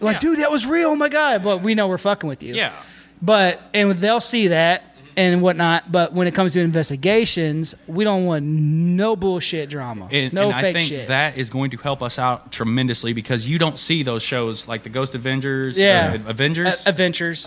like, dude, that was real. Oh my god! But we know we're fucking with you.
Yeah. Mm-hmm.
But and they'll see that and whatnot. But when it comes to investigations, we don't want no bullshit drama,
And,
no
and
fake
I think
shit.
that is going to help us out tremendously because you don't see those shows like the Ghost Avengers,
Yeah.
uh, Avengers,
A- Adventures.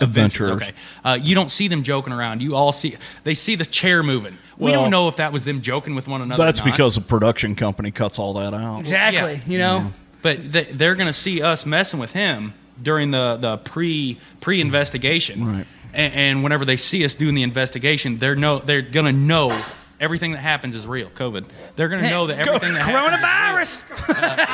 Adventures.
Adventures. Okay, uh, you don't see them joking around. You all see they see the chair moving. we
Well,
don't know if that was them joking with one another. or
That's
not.
because the production company cuts all that out.
Exactly, you know?
Mm-hmm. But th- they're going to see us messing with him during the, the pre pre investigation,
Mm,
right? And, and whenever they see us doing the investigation, they're no they're going to know everything that happens is real. COVID. They're going to know that everything that happens Uh,
coronavirus.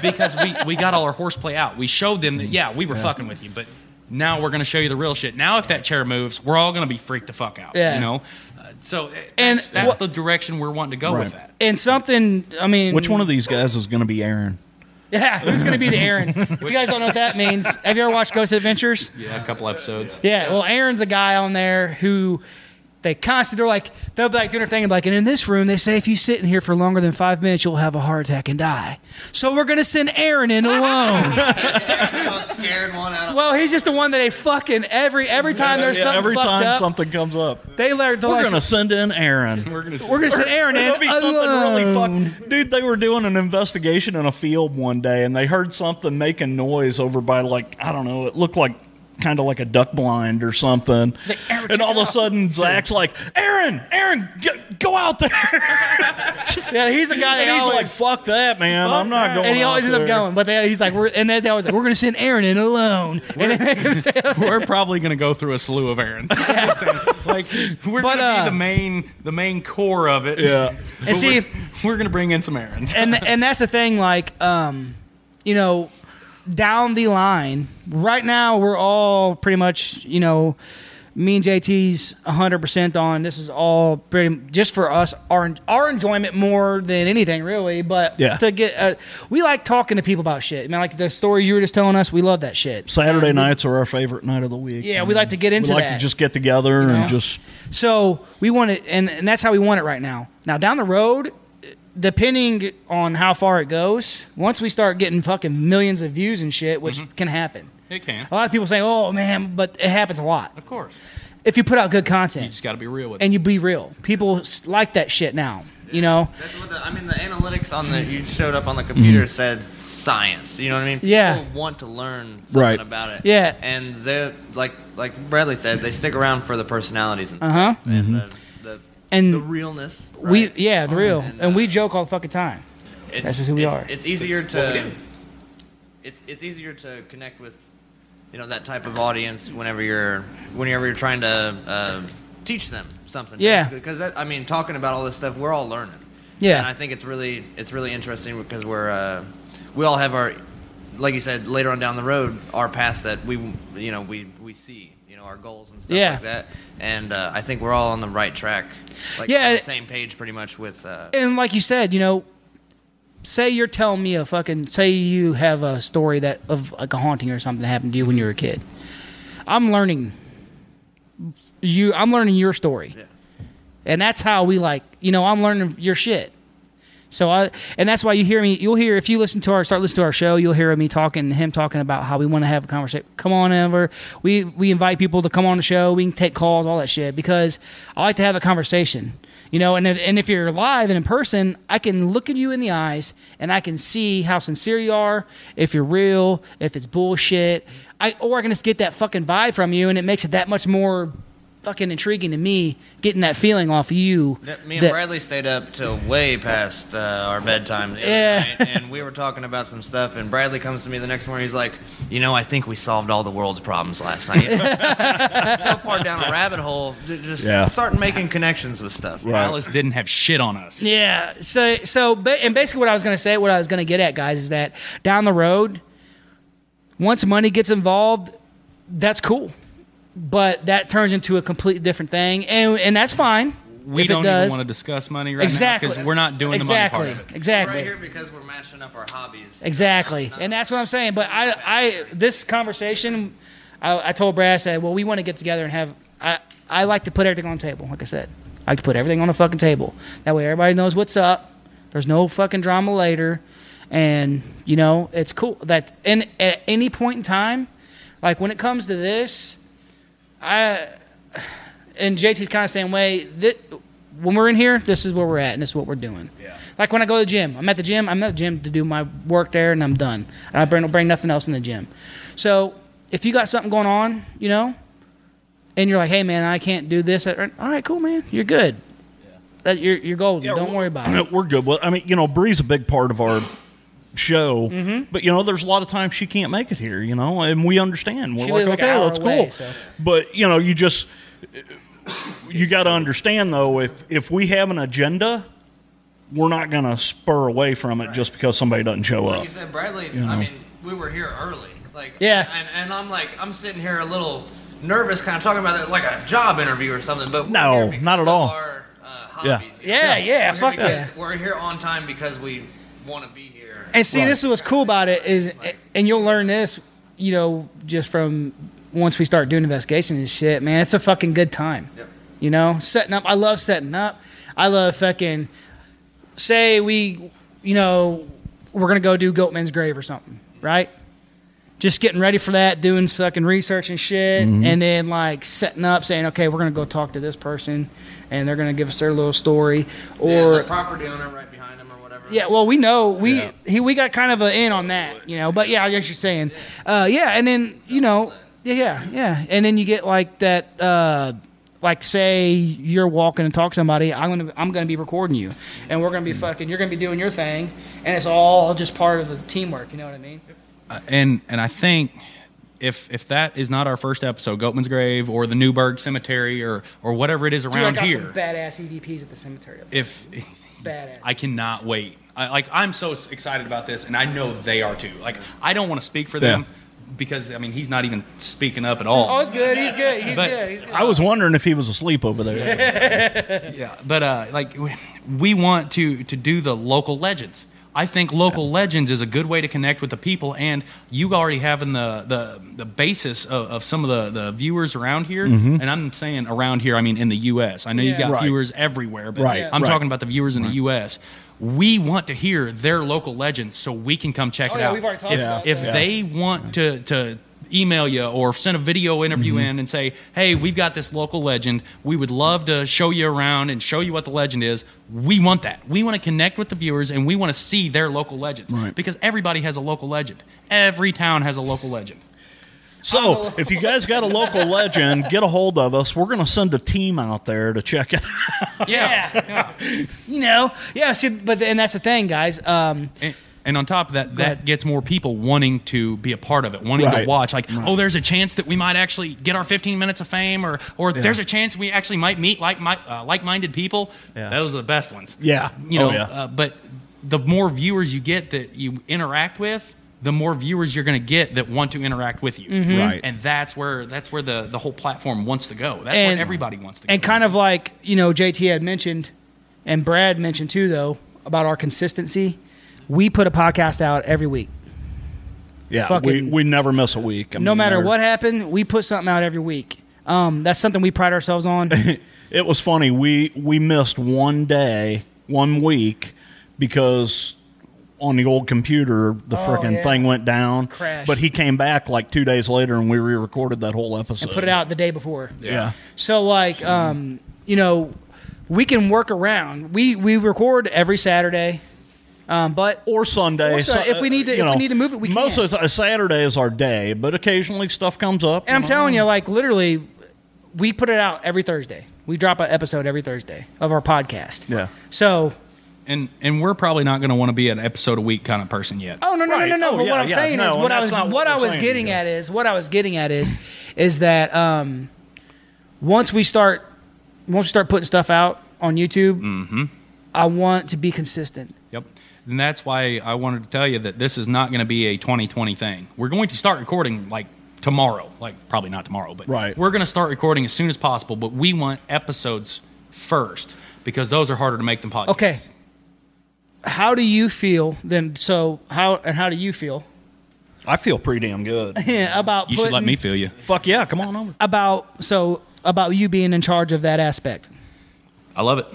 because we, we got all our horseplay out. We showed them that yeah we were
Yeah.
fucking with you, but now we're going to show you the real shit. Now if that chair moves, we're all going to be freaked the fuck out.
Yeah.
You know. Uh, So that's,
And
that's
what-
the direction we're wanting to go
Right.
with that.
And something, I mean,
Which one of these guys is going to be Aaron?
Yeah, who's going to be the Aaron? if you guys don't know what that means, have you ever watched Ghost Adventures?
Yeah, a couple episodes.
Yeah, well, Aaron's a guy on there who They constantly, they're like, they'll be like doing their thing and be like, and in this room, they say if you sit in here for longer than five minutes, you'll have a heart attack and die. So we're going to send Aaron in alone.
scared one out of
well, he's just the one that they fucking, every every time there's
Yeah,
something
every
fucked
time
up,
something comes up,
they learn
we're gonna send in Aaron.
We're gonna
We're gonna send Aaron in
There'll be something really fucked. Dude, they were doing an investigation in a field one day, and they heard something making noise over by like I don't know. It looked like kind of like a duck blind or something. and all of a sudden, Zach's like, "Aaron, Aaron, get, go out there."
yeah, he's the guy that
And he's
always-
like, "Fuck that, man! I'm not going."
And he
out
always ends up
there."
going, but they, he's like, we're, and they always like, we're going to send Aaron in alone. And they make him stay
we're probably going to go through a slew of errands. like we're going to be the main the main core of it.
Yeah.
But
uh, And see-
we're, we're going to bring in some errands.
and and that's the thing like um you know down the line right now we're all pretty much you know me and JT's 100% on this is all pretty just for us our our enjoyment more than anything really but
Yeah.
to get uh, we like talking to people about shit man like the story you were just telling us we love that shit
Saturday
Um,
nights are our favorite night of the week.
Yeah, we like to get into
We like
that.
to just get together
know?
and just
So we want it, and, and that's how we want it right now. Now down the road, depending on how far it goes, once we start getting fucking millions of views and shit, which
Mm-hmm.
can happen.
It can.
A lot of people say, "Oh man," but it happens a lot.
Of course.
If you put out good content, you
just got to be real with
and you be real. People s- like that shit now. You know,
That's what the, I mean, the analytics on the you showed up on the computer said science. You know what I mean?
Yeah.
People want to learn something
Right.
about it.
Yeah.
And they like like Bradley said, they stick around for the personalities and
Uh-huh.
stuff and
Mhm.
the, the
and
the realness.
We yeah, the
Oh,
real, and,
and,
we joke all the fucking time. That's just who we
it's,
are.
It's easier
It's what we
to
do.
it's it's easier to connect with you know that type of audience whenever you're whenever you're trying to uh, teach them something.
Yeah.
Because I mean, talking about all this stuff, we're all learning.
Yeah.
And I think it's really it's really interesting because we're uh, we all have our like you said later on down the road our past that we you know we we see you know our goals and stuff
Yeah.
like that and uh, I think we're all on the right track like
Yeah,
on the
it-
same page pretty much with uh,
and like you said, you know, say you're telling me a fucking say you have a story that of like a haunting or something that happened to you when you were a kid. I'm learning you I'm learning your story. And that's how we like, you know, I'm learning your shit. So I and that's why you hear me you'll hear if you listen to our start listening to our show, you'll hear me talking him talking about how we want to have a conversation. Come on over. We we invite people to come on the show. We can take calls, all that shit because I like to have a conversation. You know, and if, and if you're live and in person, I can look at you in the eyes and I can see how sincere you are, if you're real, if it's bullshit. I or I can just get that fucking vibe from you and it makes it that much more fucking intriguing to me getting that feeling off of you.
Yeah, me and
that-
Bradley stayed up till way past uh, our bedtime. The other
Yeah.
Night, and we were talking about some stuff, and Bradley comes to me the next morning. He's like, "You know, I think we solved all the world's problems last night." so far down a rabbit hole, j- just
Yeah.
starting making connections with stuff.
Right. Alice didn't have shit on us.
Yeah. So so ba- and basically what I was going to say, what I was going to get at, guys, is that down the road, once money gets involved, that's cool, but that turns into a completely different thing, and and that's fine.
We
if it
don't
does.
even want to discuss money right
exactly
now because we're not doing
exactly
the money part of it.
exactly
We're right here because we're matching up our hobbies.
Exactly, and that's what I'm saying. But I, I this conversation, I, I told Brad, I said, well, we want to get together and have. I, I like to put everything on the table. Like I said, I like to put everything on the fucking table. That way, everybody knows what's up. There's no fucking drama later, and you know it's cool that. And at any point in time, like when it comes to this, I and JT's kind of same way. That when we're in here, this is where we're at, and this is what we're doing. Yeah. Like when I go to the gym, I'm at the gym. I'm at the gym to do my work there, and I'm done. And I bring, bring nothing else in the gym. So if you got something going on, you know, and you're like, hey man, I can't do this. All right, cool man, you're good. That you're you're golden. Don't worry about it.
we're good. Well, I mean, you know, Bree's a big part of our show,
Mhm.
but you know, there's a lot of times she can't make it here. You know, and we understand. We're
She
like,
lives like an
okay,
hour
that's
away,
cool.
so-
But you know, you just you got to understand though, if if we have an agenda, we're not going to spur away from it just because somebody doesn't show
Like
up.
you said, Bradley.
You know.
I mean, we were here early. Like,
Yeah.
And, and I'm like, I'm sitting here a little nervous, kind of talking about that, like a job interview or something. But
No, not at all.
Yeah,
yeah.
yeah,
We're here
fuck
because-
yeah.
We're here on time because we want to be here.
And see, this is what's cool about it is, and you'll learn this, you know, just from once we start doing investigations and shit, man. It's a fucking good time. You know, setting up. I love setting up. I love fucking. Say we, you know, we're gonna go do Goatman's grave or something, right? Just getting ready for that, doing fucking research and shit,
Mhm.
and then like setting up, saying, okay, we're gonna go talk to this person, and they're gonna give us their little story, or
property owner right behind him or whatever.
yeah, well, we know we he we got kind of an in on that, you know. But yeah, I guess you're saying, uh, yeah, and then you know, yeah, yeah, yeah, and then you get like that, uh, like say you're walking and talk to somebody, I'm gonna I'm gonna be recording you, and we're
Mm-hmm.
gonna be fucking, you're gonna be doing your thing, and it's all just part of the teamwork. You know what I mean?
Uh, and and I think if if that is not our first episode, Goatman's Grave or the Newburgh Cemetery or or whatever it is
Dude, I
around
got
here,
some badass EVPs at the cemetery.
if
Badass.
I cannot wait. I, like I'm so s- excited about this, and I know they are too. Like I don't want to speak for them because I mean he's not even speaking up at all.
Oh, it's good. He's good. He's
But-
good. He's good.
I was wondering if he was asleep over there.
yeah, but uh, like we- we want to to do the local legends. I think local legends is a good way to connect with the people, and you already having the the, the basis of, of some of the, the viewers around here.
Mhm.
And I'm saying around here, I mean in the U.S. I know you
Yeah.
got
Right.
viewers everywhere, but
Right,
I'm
right.
talking about the viewers in the U.S. We want to hear their local legends so we can come check
Oh,
it
yeah,
out.
we've already talked
if
about
if
that.
they want to to email you or send a video interview
Mhm.
in and say, "Hey, we've got this local legend. We would love to show you around and show you what the legend is." We want that. We want to connect with the viewers and we want to see their local legends because everybody has a local legend. Every town has a local legend.
So, if you guys got a local legend, get a hold of us. We're going to send a team out there to check it out.
you know, yeah. See, but and that's the thing, guys. Um,
And, and on top of that, that gets more people wanting to be a part of it, wanting
Right.
to watch. Like, oh, there's a chance that we might actually get our 15 minutes of fame, or or
Yeah.
there's a chance we actually might meet like my, uh, like-minded people. Those are the best ones.
Yeah.
you know.
Oh, yeah.
uh, but the more viewers you get that you interact with, the more viewers you're going to get that want to interact with you.
Mm-hmm.
Mhm. Right.
And that's where that's where the the whole platform wants to go. That's
And-
where everybody wants to. go.
And kind of like, you know, JT had mentioned and Brad mentioned too, though, about our consistency. We put a podcast out every week.
Yeah,
Fucking-
we, we never miss a week. I
no
mean,
matter
there-
what happened, we put something out every week. Um, that's something we pride ourselves on.
It was funny. We we missed one day, one week, because on the old computer the
Oh,
frickin'
yeah.
thing went down.
Crashed.
But he came back like two days later, and we re-recorded that whole episode.
and put it out the day before.
Yeah.
So like, um, you know, we can work around. We we record every Saturday, um, but
or Sunday.
Sun-
So-
if we need to,
you
if
know,
we need to move it, we
most
can.
of the, Saturday is our day, but occasionally stuff comes up.
And I'm telling you, like literally, we put it out every Thursday. We drop an episode every Thursday of our podcast.
Yeah.
So.
And and we're probably not going to want to be an episode a week kind of person yet.
Oh no no
Right.
no no no!
Oh,
but
yeah,
what I'm
yeah.
saying
No,
is
and
what I
that's
was
not
what,
what
I
we're
was
saying
getting at is what I was getting at is is that um, once we start once we start putting stuff out on YouTube,
Mm-hmm.
I want to be consistent.
Yep. And that's why I wanted to tell you that this is not going to be a 2020 thing. We're going to start recording like tomorrow, like probably not tomorrow, but
Right.
we're going to start recording as soon as possible. But we want episodes first because those are harder to make than podcasts.
Okay. How do you feel then? So how and how do you feel
I feel pretty damn good.
about
You should let
putting-
me feel you.
Fuck yeah! Come on over.
about so about you being in charge of that aspect?
I love it.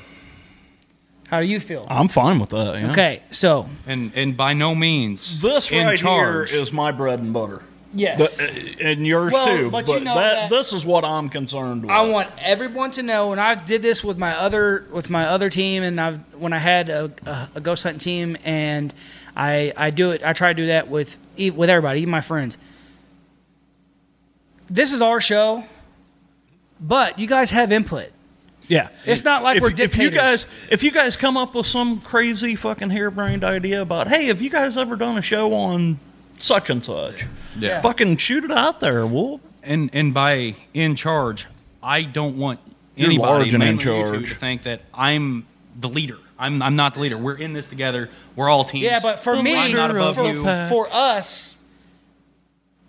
How do you feel?
I'm fine with that. yeah.
Okay, so
And and by no means
This
in
right
charge.
here is my bread and butter.
Yes.
The- uh, and yours
Well,
too.
but
But,
you know that-
that, this is what I'm concerned with.
I want everyone to know, and I did this with my other with my other team, and I've when I had a, a, a ghost hunting team, and I I do it. I try to do that with e- with everybody, even my friends. This is our show, but you guys have input.
yeah,
It's not like
if,
we're
If you
dictators.
guys, if you guys come up with some crazy fucking harebrained idea about, hey, have you guys ever done a show on such and such?
Yeah.
fucking shoot it out there. We'll
and and by in charge, I don't want
You're
anybody
large and in
mainly you two,
charge.
to think that I'm the leader. I'm, I'm not the leader. We're in this together. We're all teams.
Yeah, but for
I'm
me,
not above
for,
you.
for us,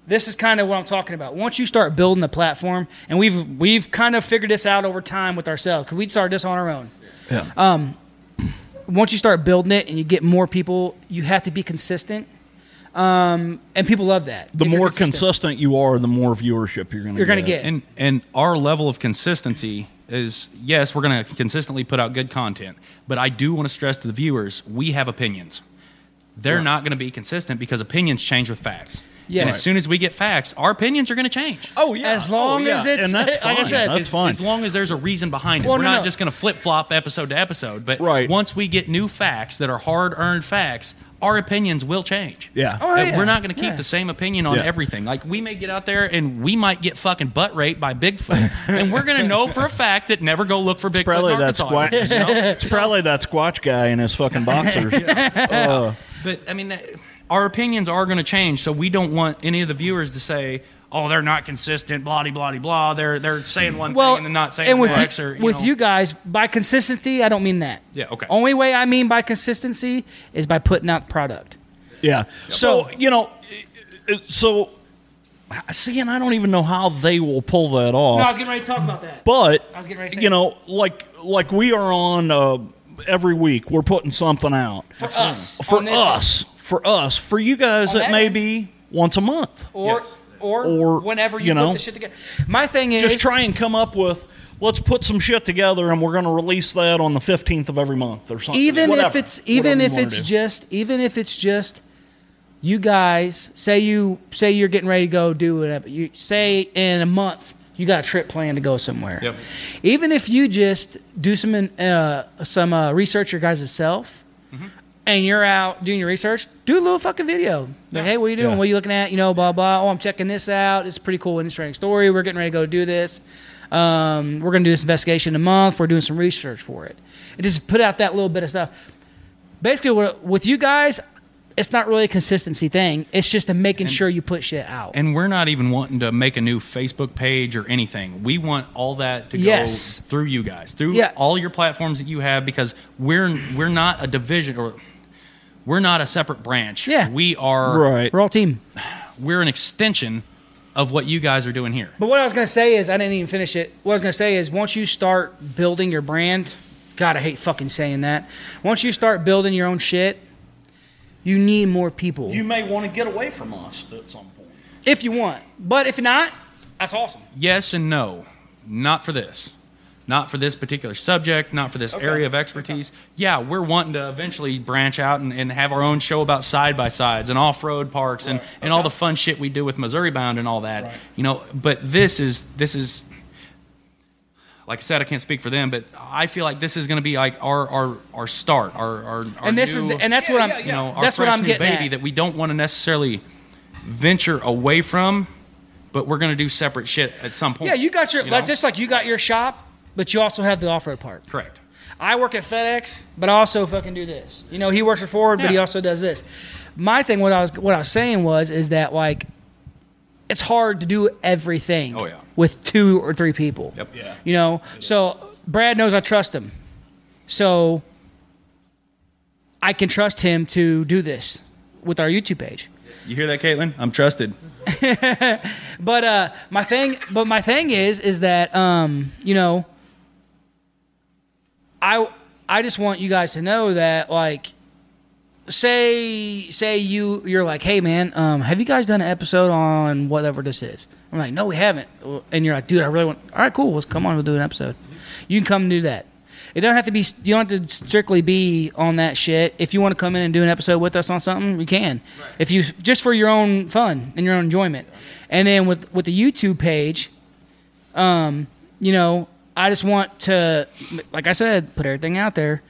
this is kind of what I'm talking about. Once you start building the platform, and we've we've kind of figured this out over time with ourselves, because we started this on our own.
Yeah.
Um, once you start building it and you get more people, you have to be consistent, um, and people love that.
The
If you're
more
consistent.
consistent you are, the more viewership you're going to.
You're gonna get.
And and our level of consistency is yes, we're going to consistently put out good content, but I do want to stress to the viewers we have opinions. They're
Right.
not going to be consistent because opinions change with facts.
Yeah.
And
Right.
as soon as we get facts, our opinions are going to change.
Oh yeah. As long as it's like I said,
as, as long as there's a reason behind it.
Well,
We're
no,
not
no.
just going to flip flop episode to episode, but once we get new facts that are hard earned facts, our opinions will change.
Yeah.
Oh,
Uh,
yeah.
We're not going to keep
Yeah.
the same opinion on
Yeah.
everything. Like, we may get out there and we might get fucking butt raped by Bigfoot, and we're going to know for a fact that never go look for Bigfoot.
Probably
in
that
Arkansas,
squat.
you know?
It's probably that squatch guy in his fucking boxers. Uh,
But I mean, that, our opinions are going to change, so we don't want any of the viewers to say, "Oh, they're not consistent." Blah de blah de blah. They're they're saying one
well,
thing and then not saying
and with
the next.
you,
or, you
with
know.
you guys by consistency, I don't mean that.
Yeah. Okay.
Only way I mean by consistency is by putting out product.
yeah. So you know, uh, so see, and I don't even know how they will pull that off.
No, I was getting ready to talk about that.
But
I was getting ready to say
you know, like like we are on uh, every week. We're putting something out Uh,
For us,
For
on this-
us. For us. For you guys,
On
it
that
may
end.
be once a month.
or or,
Or,
whenever you,
you know,
put the shit together. My thing is
Just try and come up with. Let's put some shit together, and we're going to release that on the fifteenth of every month or something.
even if
Whatever.
it's even
Whatever you
if
wanna
it's
do.
just even if it's just you guys say you say you're getting ready to go do whatever you say in a month you got a trip planned to go somewhere
Yep.
even if you just do some uh, some uh, research your guys self
Mm-hmm.
and you're out doing your research do a little fucking video like, hey what are you doing
Yeah.
what are you looking at you know blah blah oh i'm checking this out it's a pretty cool interesting story we're getting ready to go do this um, we're going to do this investigation in a month we're doing some research for it and just put out that little bit of stuff basically what, with you guys it's not really a consistency thing it's just a making sure you put shit out
And we're not even wanting to make a new Facebook page or anything. We want all that to
Yes.
go through you guys, through
Yeah.
all your platforms that you have, because we're we're not a division or we're not a separate branch.
Yeah.
we are.
we're all team
We're an extension of what you guys are doing here.
but what i was going to say is i didn't even finish it what i was going to say is once you start building your brand god i hate fucking saying that once you start building your own shit you need more people
you may want to get away from us at some point.
if you want but if not that's awesome
Yes and no. Not for this. Not for this particular subject, not for this area of expertise. Yeah, we're wanting to eventually branch out and, and have our own show about side by sides and off road parks and, and all the fun shit we do with Missouri Bound and all that. You know, but this is this is like I said, I can't speak for them, but I feel like this is going to be like our our our start, our our, our
And this is
new-
the- and that's what Yeah, I'm- yeah,
you know
yeah.
our
that's what
fresh
I'm
new
getting
baby
at.
that we don't want to necessarily venture away from, but we're going to do separate shit at some point.
yeah you got your like,
know?
just like you got your shop but you also have the off-road part
correct.
I work at FedEx, but I also fucking do this. You know, he works for Ford, but he
Yeah.
also does this. My thing, what I was what I was saying was, is that like, it's hard to do everything.
Oh, yeah.
With two or three people.
Yep. Yeah.
You know, so Brad knows I trust him, so I can trust him to do this with our YouTube page.
You hear that, Caitlin? I'm trusted.
But uh, my thing, but my thing is, is that um, you know, I I just want you guys to know that like, say say you you're like, hey man, um, have you guys done an episode on whatever this is? I'm like, no, we haven't. And you're like, dude, I really want. All right, cool. Let's come on, we'll do an episode. You can come and do that. It don't have to be. You don't have to strictly be on that shit. If you want to come in and do an episode with us on something, you can. If you just for your own fun and your own enjoyment, and then with with the YouTube page, um, you know, I just want to, like I said, put everything out there.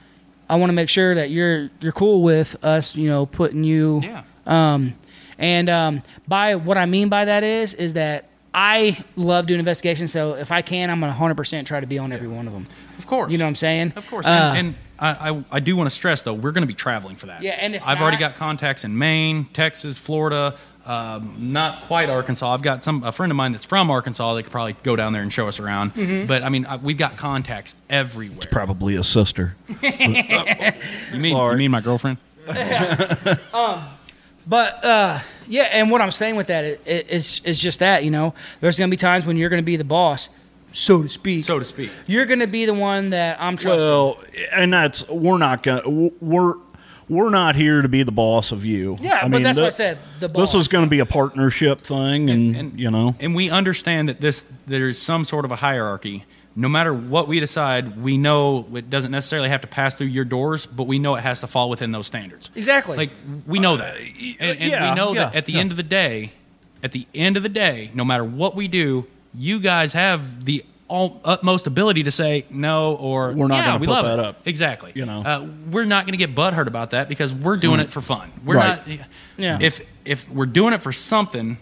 I want to make sure that you're you're cool with us, you know, putting you. Yeah. Um, and um, by what I mean by that is, is that I love doing investigations. So if I can, I'm gonna 100 percent try to be on every one of them.
Of course.
You know what I'm saying?
Of course.
Uh,
and and I, I, I do want to stress, though, we're going to be traveling for that.
Yeah, and if
I've already
not-
got contacts in Maine, Texas, Florida, um, not quite Arkansas. I've got some a friend of mine that's from Arkansas that could probably go down there and show us around.
Mm-hmm.
Mhm.
But I mean, I, we've got contacts everywhere.
Probably a sister.
You mean, you mean my girlfriend?
um, but uh, yeah, and what I'm saying with that is, is, is just that you know, there's gonna be times when you're gonna be the boss, so to speak. So
to speak.
You're gonna be the one that I'm trusting.
Well, and that's we're not gonna we're we're not here to be the boss of you.
Yeah, but that's what I said, the
This is going to be a partnership thing, and, you know,
and we understand that this there's some sort of a hierarchy no matter what we decide, we know it doesn't necessarily have to pass through your doors, but we know it has to fall within those standards.
Exactly.
Like we know
Uh,
that, and, and
yeah,
we know that
yeah,
at the
yeah.
end of the day, at the end of the day, no matter what we do, you guys have the all, utmost ability to say no or
We're not
yeah,
gonna
we
put
love
that
it.
up.
Exactly. You know, uh, we're not going to get butthurt about that because we're doing
Mm.
it for fun. We're
Right.
not.
Yeah.
If if we're doing it for something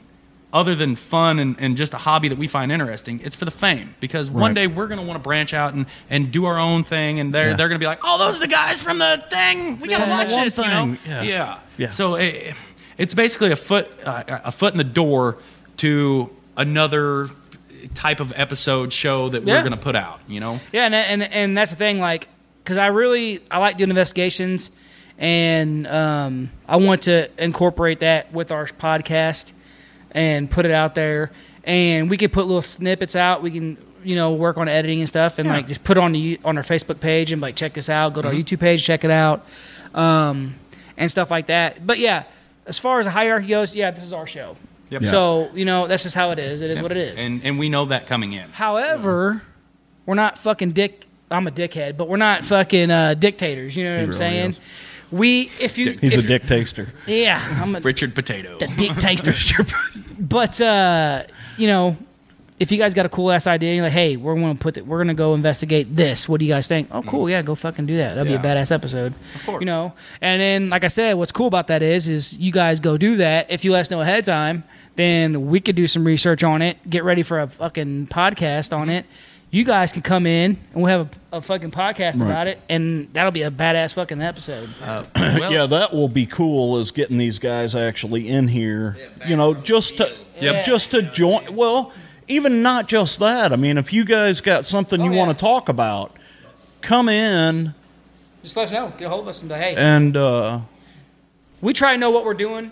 other than fun and, and just a hobby that we find interesting, it's for the fame because one
Right.
day we're going to want to branch out and, and do our own thing and they're
Yeah.
they're going to be like, "Oh, those are the guys from the thing. We got to
Yeah,
watch
one
this, you know."
thing. Yeah.
yeah.
Yeah.
So it, it's basically a foot uh, a foot in the door to another type of episode show that
Yeah.
we're going to put out, you know.
Yeah, and and and that's the thing, like, because I really I like doing investigations, and um, I want to incorporate that with our podcast and put it out there, and we could put little snippets out. We can you know work on editing and stuff, and
Yeah.
like just put on the you- on our Facebook page and like check this out. Go to
Mm-hmm.
our YouTube page, check it out, um, and stuff like that. But yeah, as far as the hierarchy goes, yeah, this is our show.
Yep. Yeah.
So you know that's just how it is. It is what it is.
And and we know that coming in.
However, we're not fucking dick. I'm a dickhead, but we're not fucking uh, dictators. You know what
He
I'm
really
saying?
is.
We, if you,
He's
if-
a dick taster.
Yeah, I'm a
Richard Potato.
the dick taster. but uh, you know, if you guys got a cool ass idea, you're like, hey, we're gonna put it. We're gonna go investigate this. What do you guys think? Oh, cool. Yeah, go fucking do that. That'll be
Yeah.
a badass episode. You know. And then, like I said, what's cool about that is, is you guys go do that. If you let us know ahead of time, then we could do some research on it. Get ready for a fucking podcast on it. You guys can come in and we'll have a, a fucking podcast
Right.
about it, and that'll be a badass fucking episode.
Uh,
yeah, that will be cool. Is getting these guys actually in here, you know, just to
Yep.
just to join. Well, even not just that. I mean, if you guys got something
Oh,
you want to talk about, come in
Just let us know. Get a hold of us and be like, hey,
and uh,
we try and know what we're doing.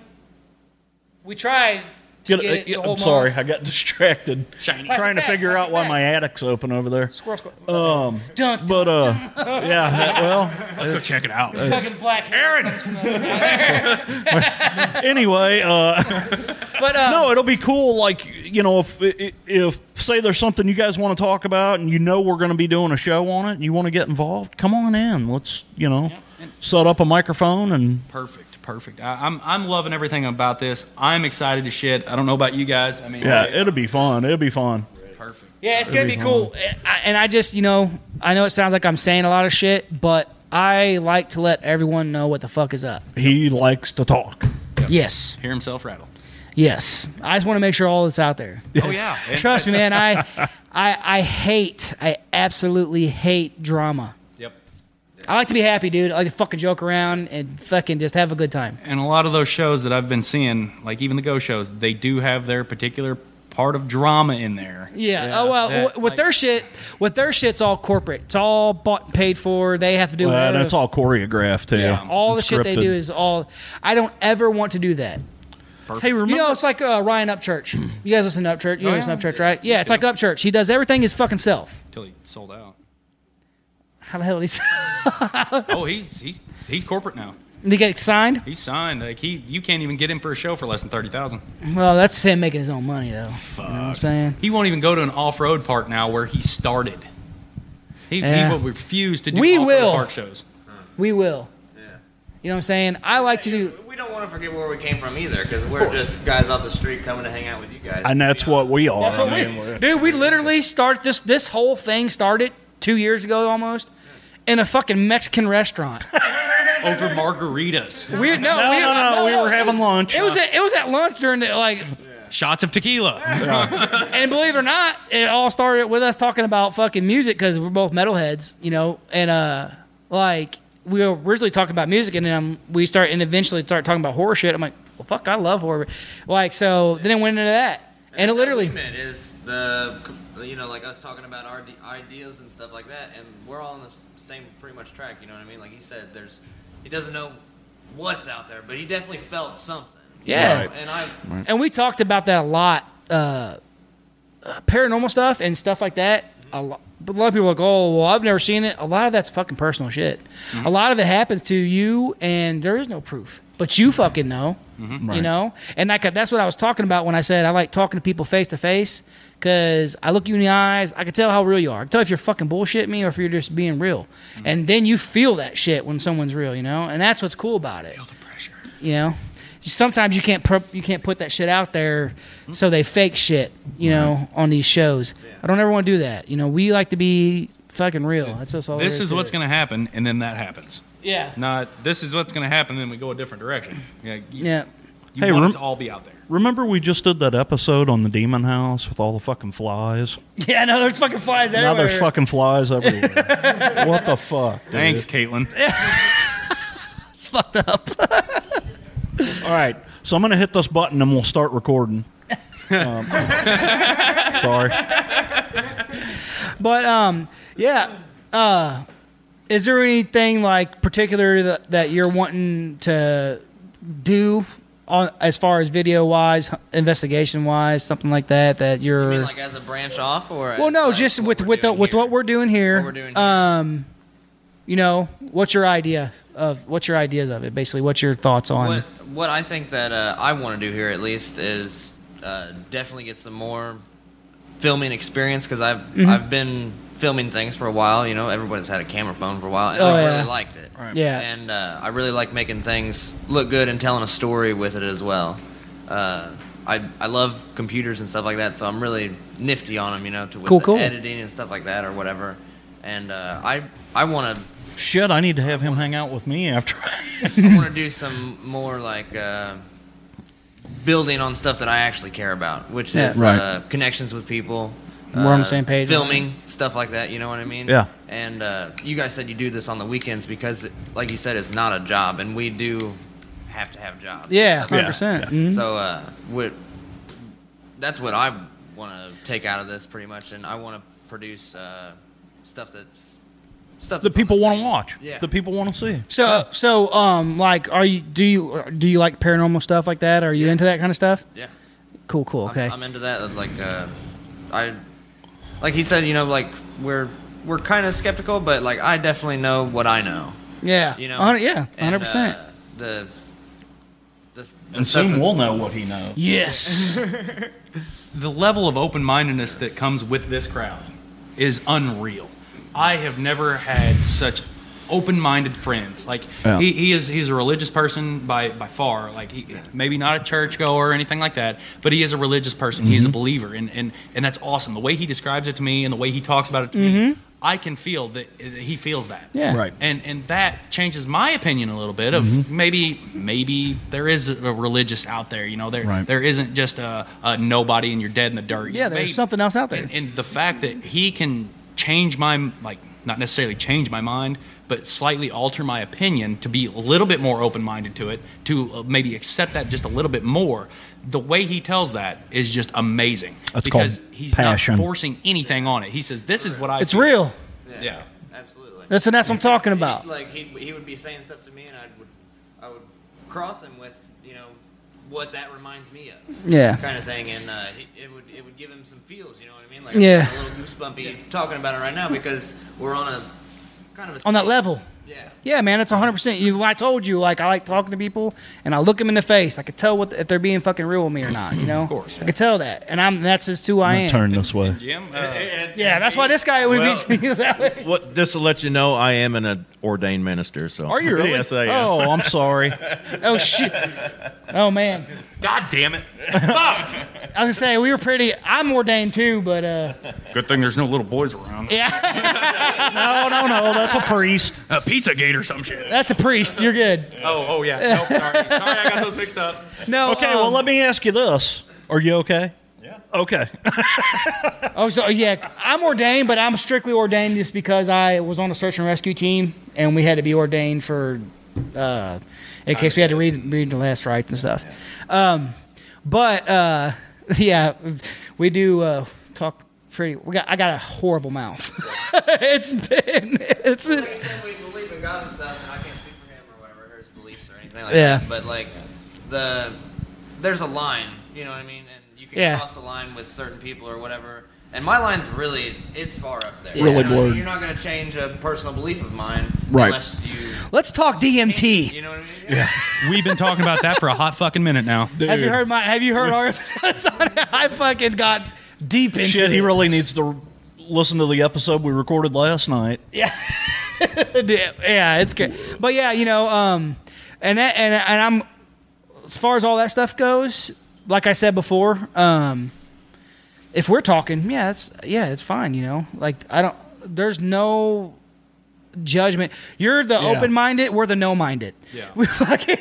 We tried to
get. uh,
get, it the whole
I'm sorry,
month.
I got distracted
Shiny.
Pass it
trying to
back,
figure
pass
out
it
why
back.
my attic's open over there.
Squirrel, squirrel.
Um,
Dun,
but uh, yeah, well,
Let's go check it out.
it's-
Fucking black Aaron.
anyway, uh,
but uh,
no, it'll be cool. Like you know, if if- if say there's something you guys want to talk about, and you know we're going to be doing a show on it, and you want to get involved, come on in. Let's you know, set up a microphone and
Perfect, perfect. I, I'm I'm loving everything about this. I'm excited to shit. I don't know about you guys. I mean,
yeah, it'll be fun. It'll be fun.
perfect.
yeah, it's gonna be cool. And I, and I just, you know, I know it sounds like I'm saying a lot of shit, but I like to let everyone know what the fuck is up.
He likes to talk.
Yes.
Hear himself rattle.
Yes, I just want to make sure all that's out there.
Oh yeah.
Trust me, man. I, I, I hate. I absolutely hate drama.
Yep.
I like to be happy, dude. I like to fucking joke around and fucking just have a good time.
And a lot of those shows that I've been seeing, like even the Go shows, they do have their particular part of drama in there.
Yeah. oh well,
that-
w- with their shit, with their shit's all corporate. It's all bought and paid for. They have to do.
Well,
whatever the
that's Uh, all choreographed too.
All the
It's
shit they
scripted.
do is all. I don't ever want to do that.
Hey,
remember? You know, it's like uh, Ryan Upchurch. You guys listen to Upchurch. You
Oh,
listen
yeah.
to Upchurch, right? Yeah, it's like Upchurch. He does everything his fucking self.
Until he sold out.
How the hell did he?
oh, he's he's he's corporate now.
Did he get signed?
He's signed. Like he, you can't even get him for a show for less than thirty thousand.
Well, that's him making his own money, though. You know what I'm saying?
He won't even go to an off-road park now where he started. He,
Yeah.
he will refuse to do
We
off-road
will.
park shows.
We will. You know what I'm saying? I like to do.
We don't want to forget where we came from either, because we're just guys off the street coming to hang out with you guys.
and that's what we are.
That's what
I
we,
mean, we're-
dude. We literally started this. This whole thing started two years ago, almost, in a fucking Mexican restaurant.
Over margaritas.
Weird. No,
No,
we,
no, no, we were
it
having
was-
lunch.
It was at, it was at lunch during the like,
Shots of tequila.
and believe it or not, it all started with us talking about fucking music because we're both metalheads, you know, and uh, like we were originally talking about music, and then um, we start and eventually start talking about horror shit. I'm like, well, fuck, I love horror, like so. Then it went into that, and it literally.
meant is the you know like us talking about our de- ideas and stuff like that, and we're all on the s- same pretty much track. You know what I mean? Like he said, there's he doesn't know what's out there, but he definitely felt something.
Yeah.
You know? and I
And we talked about that a lot. Uh, uh, paranormal stuff and stuff like that. A lot, but a lot of people are like, oh, well, I've never seen it. A lot of that's fucking personal shit. A lot of it happens to you, and there is no proof. but you fucking know.
Mhm.
You
Right.
know, and like that's what I was talking about when I said I like talking to people face to face because I look you in the eyes. I can tell how real you are. I can tell if you're fucking bullshit me or if you're just being real. And then you feel that shit when someone's real, you know. And that's what's cool about it. Feel the pressure. You know, sometimes you can't pr- you can't put that shit out there, so they fake shit, you know, on these shows. I don't ever want to do that. You know, we like to be fucking real. That's us all.
this
there
is
to
what's
it.
going to happen, and then that happens.
Yeah.
Not this is what's going to happen, and then we go a different direction. Yeah. You,
Yeah.
You
Hey,
want
rem-
it to all be out there.
Remember we just did that episode on the demon house with all the fucking flies?
Yeah, no, there's fucking flies everywhere.
Now there's fucking flies everywhere. what the fuck? dude?
Thanks, Caitlin.
it's fucked up.
All right, so I'm gonna hit this button and we'll start recording. Um, sorry.
But um, yeah. Uh, is there anything like particular that, that you're wanting to do on as far as video wise, investigation wise, something like that? That you're
I mean, like as a branch off or
well, no, just with with the, with what we're doing here. Um, you know, what's your idea of what's your ideas of it? Basically, what's your thoughts on?
What, what I think that uh, I want to do here at least is uh, definitely get some more filming experience because I've
Mhm.
I've been filming things for a while. You know, everybody's had a camera phone for a while, and
Oh,
I
yeah.
really liked it.
Right. Yeah.
and uh, I really like making things look good and telling a story with it as well. Uh, I, I love computers and stuff like that, so I'm really nifty on them, you know, to with
Cool,
the
cool.
editing and stuff like that or whatever. And uh, I I want to
Shit, I need to have him hang out with me after.
I want to do some more like uh, building on stuff that I actually care about, which
Yeah.
is
Right.
uh, connections with people. Uh,
We're on the same page.
Filming stuff like that, you know what I mean?
Yeah.
And uh, you guys said you do this on the weekends because, like you said, it's not a job, and we do have to have jobs.
Yeah,
Stuff like
100%.
that.
Mhm.
So, uh, what, that's what I want to take out of this, pretty much, and I want to produce uh, stuff that's stuff
The
that's on
people
the
want to
same-
watch.
Yeah.
The people want to see.
So so um like are you do you do you like paranormal stuff like that? Are you into that kind of stuff?
Yeah.
Cool, cool.
I'm-
Okay.
I'm, into that. Like, uh, I, like he said, you know, like we're we're kind of skeptical, but like I definitely know what I know.
yeah.
You know.
A hundred- yeah,
And,
100%.
uh, the, the, the
And
stuff
soon
that-
we'll know what he knows.
Yes.
the level of open mindedness that comes with this crowd is unreal. I have never had such open minded friends. Like
Yeah.
he, he is he's a religious person by by far. Like he maybe not a churchgoer or anything like that, but he is a religious person. He's a
Mhm.
believer and, and and that's awesome. The way he describes it to me and the way he talks about it to me,
Mhm.
I can feel that that he feels that.
Yeah. Right.
And and that changes my opinion a little bit of
Mm-hmm.
Mhm.
maybe maybe there is a religious out there. You know, there
Right.
there isn't just a, a nobody and you're dead in the dirt.
yeah, there's
Maybe.
something else out there.
And, and the fact that he can change my like not necessarily change my mind, but slightly alter my opinion to be a little bit more open minded to it, to uh, maybe accept that just a little bit more. The way he tells that is just amazing.
That's called
because he's
passion.
not forcing anything on it. He says, "This is what I."
it's
feel."
real.
Yeah.
That's and that's what I'm talking about.
Like he he would be saying stuff to me, and I would I would cross him with you know what that reminds me of.
Yeah.
Kind of thing, and uh, he, it would it would give him some feels. You know what I mean? Like
Yeah.
A little goosebumpy talking about it right now because we're on a kind of a
on that level. Yeah. Yeah, man, it's 100%. You, I told you, like, I like talking to people and I look them in the face. I can tell what if they're being fucking real with me or not, you know? Of course. I can tell that. And I'm that's just who I am.
Turn this way.
Jim. uh,
Yeah, that's why this guy would
Well-
be that way.
What? Just to let you know, I am an ad- ordained minister. So
Are you really?
yes, I am.
Oh, I'm sorry.
Oh, shit. Oh, man.
God damn it.
I was going to say, we were pretty, I'm ordained too, but, uh,
Good thing there's no little boys around.
yeah.
Oh,
no, no, no. That's a priest.
A pizza gate or some shit.
That's a priest. You're good.
Oh, oh yeah. Nope, sorry. sorry, I got those mixed up.
No.
Okay, well, let me ask you this. Are you okay? Yeah. Okay.
Oh, so yeah, I'm ordained, but I'm strictly ordained just because I was on a search and rescue team, and we had to be ordained for, uh, in case we had to read read the last rites and stuff. Um, but uh, yeah, we do uh, talk pretty. We got I got a horrible mouth. it's been it's.
we believe in God and stuff, and I can't speak for him or whatever his beliefs or anything like
Yeah.
that. But like the there's a line, you know what I mean, and you can
Yeah.
cross the line with certain people or whatever. And my line's really it's far up there.
Really
You know,
blurred.
You're not gonna change a personal belief of mine,
Right.
Unless you,
Let's talk DMT.
you know what I mean?
Yeah. We've been talking about that for a hot fucking minute now.
Have you heard my? Have you heard our episodes on it? I fucking got deep into
Shit, he
it.
really needs to listen to the episode we recorded last night.
yeah, it's good. But yeah, you know, um, and that, and and I'm as far as all that stuff goes, like I said before, um, if we're talking, yeah, it's yeah, it's fine. You know, like I don't. There's no judgment. You're the
Yeah.
open minded. We're the no minded.
Yeah.
We fucking.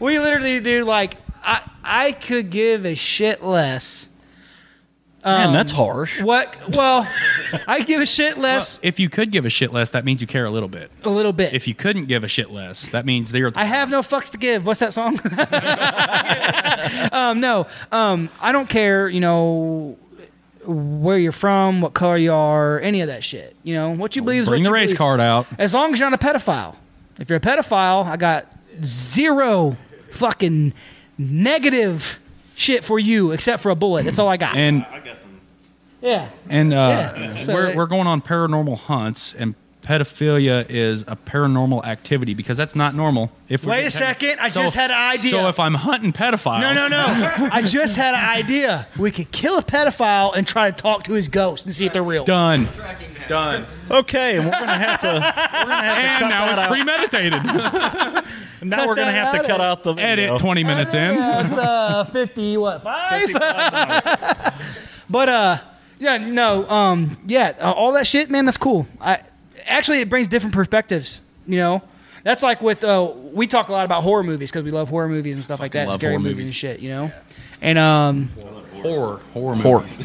we literally do like I I could give a shit less.
Man, that's
harsh.
What? Well, I give a shit less
If you could give a shit less, that means you care a little bit.
a little bit.
If you couldn't give a shit less, that means they're.
I have no fucks to give. What's that song? um, no, um, I don't care. You know where you're from, what color you are, any of that shit. You know what you believe. is
Bring
what
the
you
race
believe.
card out.
As long as you're not a pedophile. If you're a pedophile, I got zero fucking negative shit for you, except for a bullet. That's all I got.
And
yeah,
And uh,
Yeah, so
we're,
they-
we're going on paranormal hunts, and pedophilia is a paranormal activity because that's not normal. If we
Wait
get
a
techni-
second, I just had an idea.
So if I'm hunting pedophiles,
No, no, no. I just had an idea. We could kill a pedophile and try to talk to his ghost and see if they're real.
done, done.
Okay, and we're gonna have to. We're gonna have
And
to cut
now
that
it's
out.
premeditated.
now we're gonna have to cut out the video.
edit. Twenty minutes in.
uh, 50 what five but uh yeah no um yeah uh, all that shit man that's cool i actually it brings different perspectives you know that's like with uh we talk a lot about horror movies because we love horror movies and stuff like that
love
scary
horror
movies,
movies.
and shit you know and um
horror horror
movies.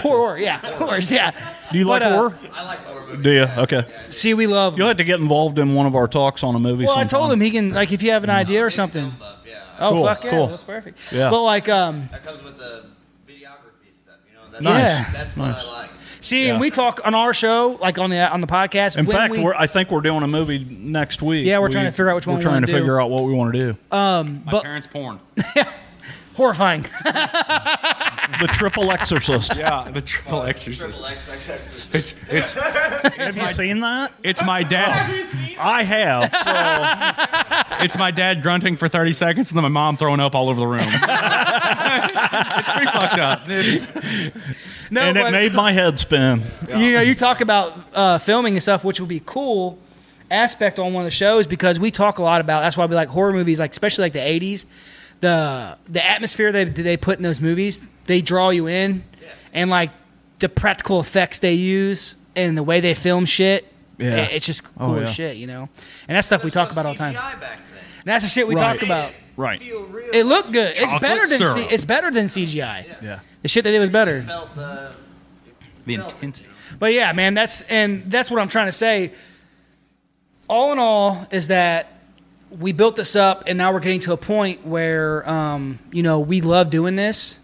horror yeah horrors yeah
Do you like horror?
uh, i like horror
Do you? Okay.
See, we love.
You'll have to get involved in one of our talks on a movie.
well
sometime.
i told him he can like if you have an idea or something oh
Mm. Cool,
fuck yeah
cool.
that's perfect
Yeah.
but like um
That comes with the videography stuff, you know. That's,
Nice.
yeah. that's what
Nice.
I like.
See, and we talk on our show, like on the on the podcast.
In
when
fact,
we,
we're, I think we're doing a movie next week.
Yeah, we're trying to figure out which one
We're
we
trying
wanna
to
do.
figure out what we want to do.
um, but
parents' porn.
horrifying.
The Triple Exorcist.
Yeah, the Triple Exorcist. It's it's.
Have you seen that?
It's my dad.
I have.
It's my dad grunting for 30 seconds and then my mom throwing up all over the room. it's pretty fucked up. It's-
No,
and
but-
it made my head spin.
You know, you talk about uh, filming and stuff, which will be cool aspect on one of the shows because we talk a lot about. That's why we like horror movies, like especially like the '80s. The the atmosphere they they put in those movies, they draw you in, and like the practical effects they use and the way they film shit.
Yeah.
it- it's just
Oh,
cool as
yeah.
shit, you know. And that's stuff we talk about all the time. And that's the shit we
Right.
talk about.
Right.
It looked good. it's
Chocolate
better than C-
syrup.
it's better than CGI.
Yeah.
The shit they did was better.
The intensity.
But yeah, man, that's and that's what I'm trying to say. All in all, is that we built this up, and now we're getting to a point where um, you know we love doing this.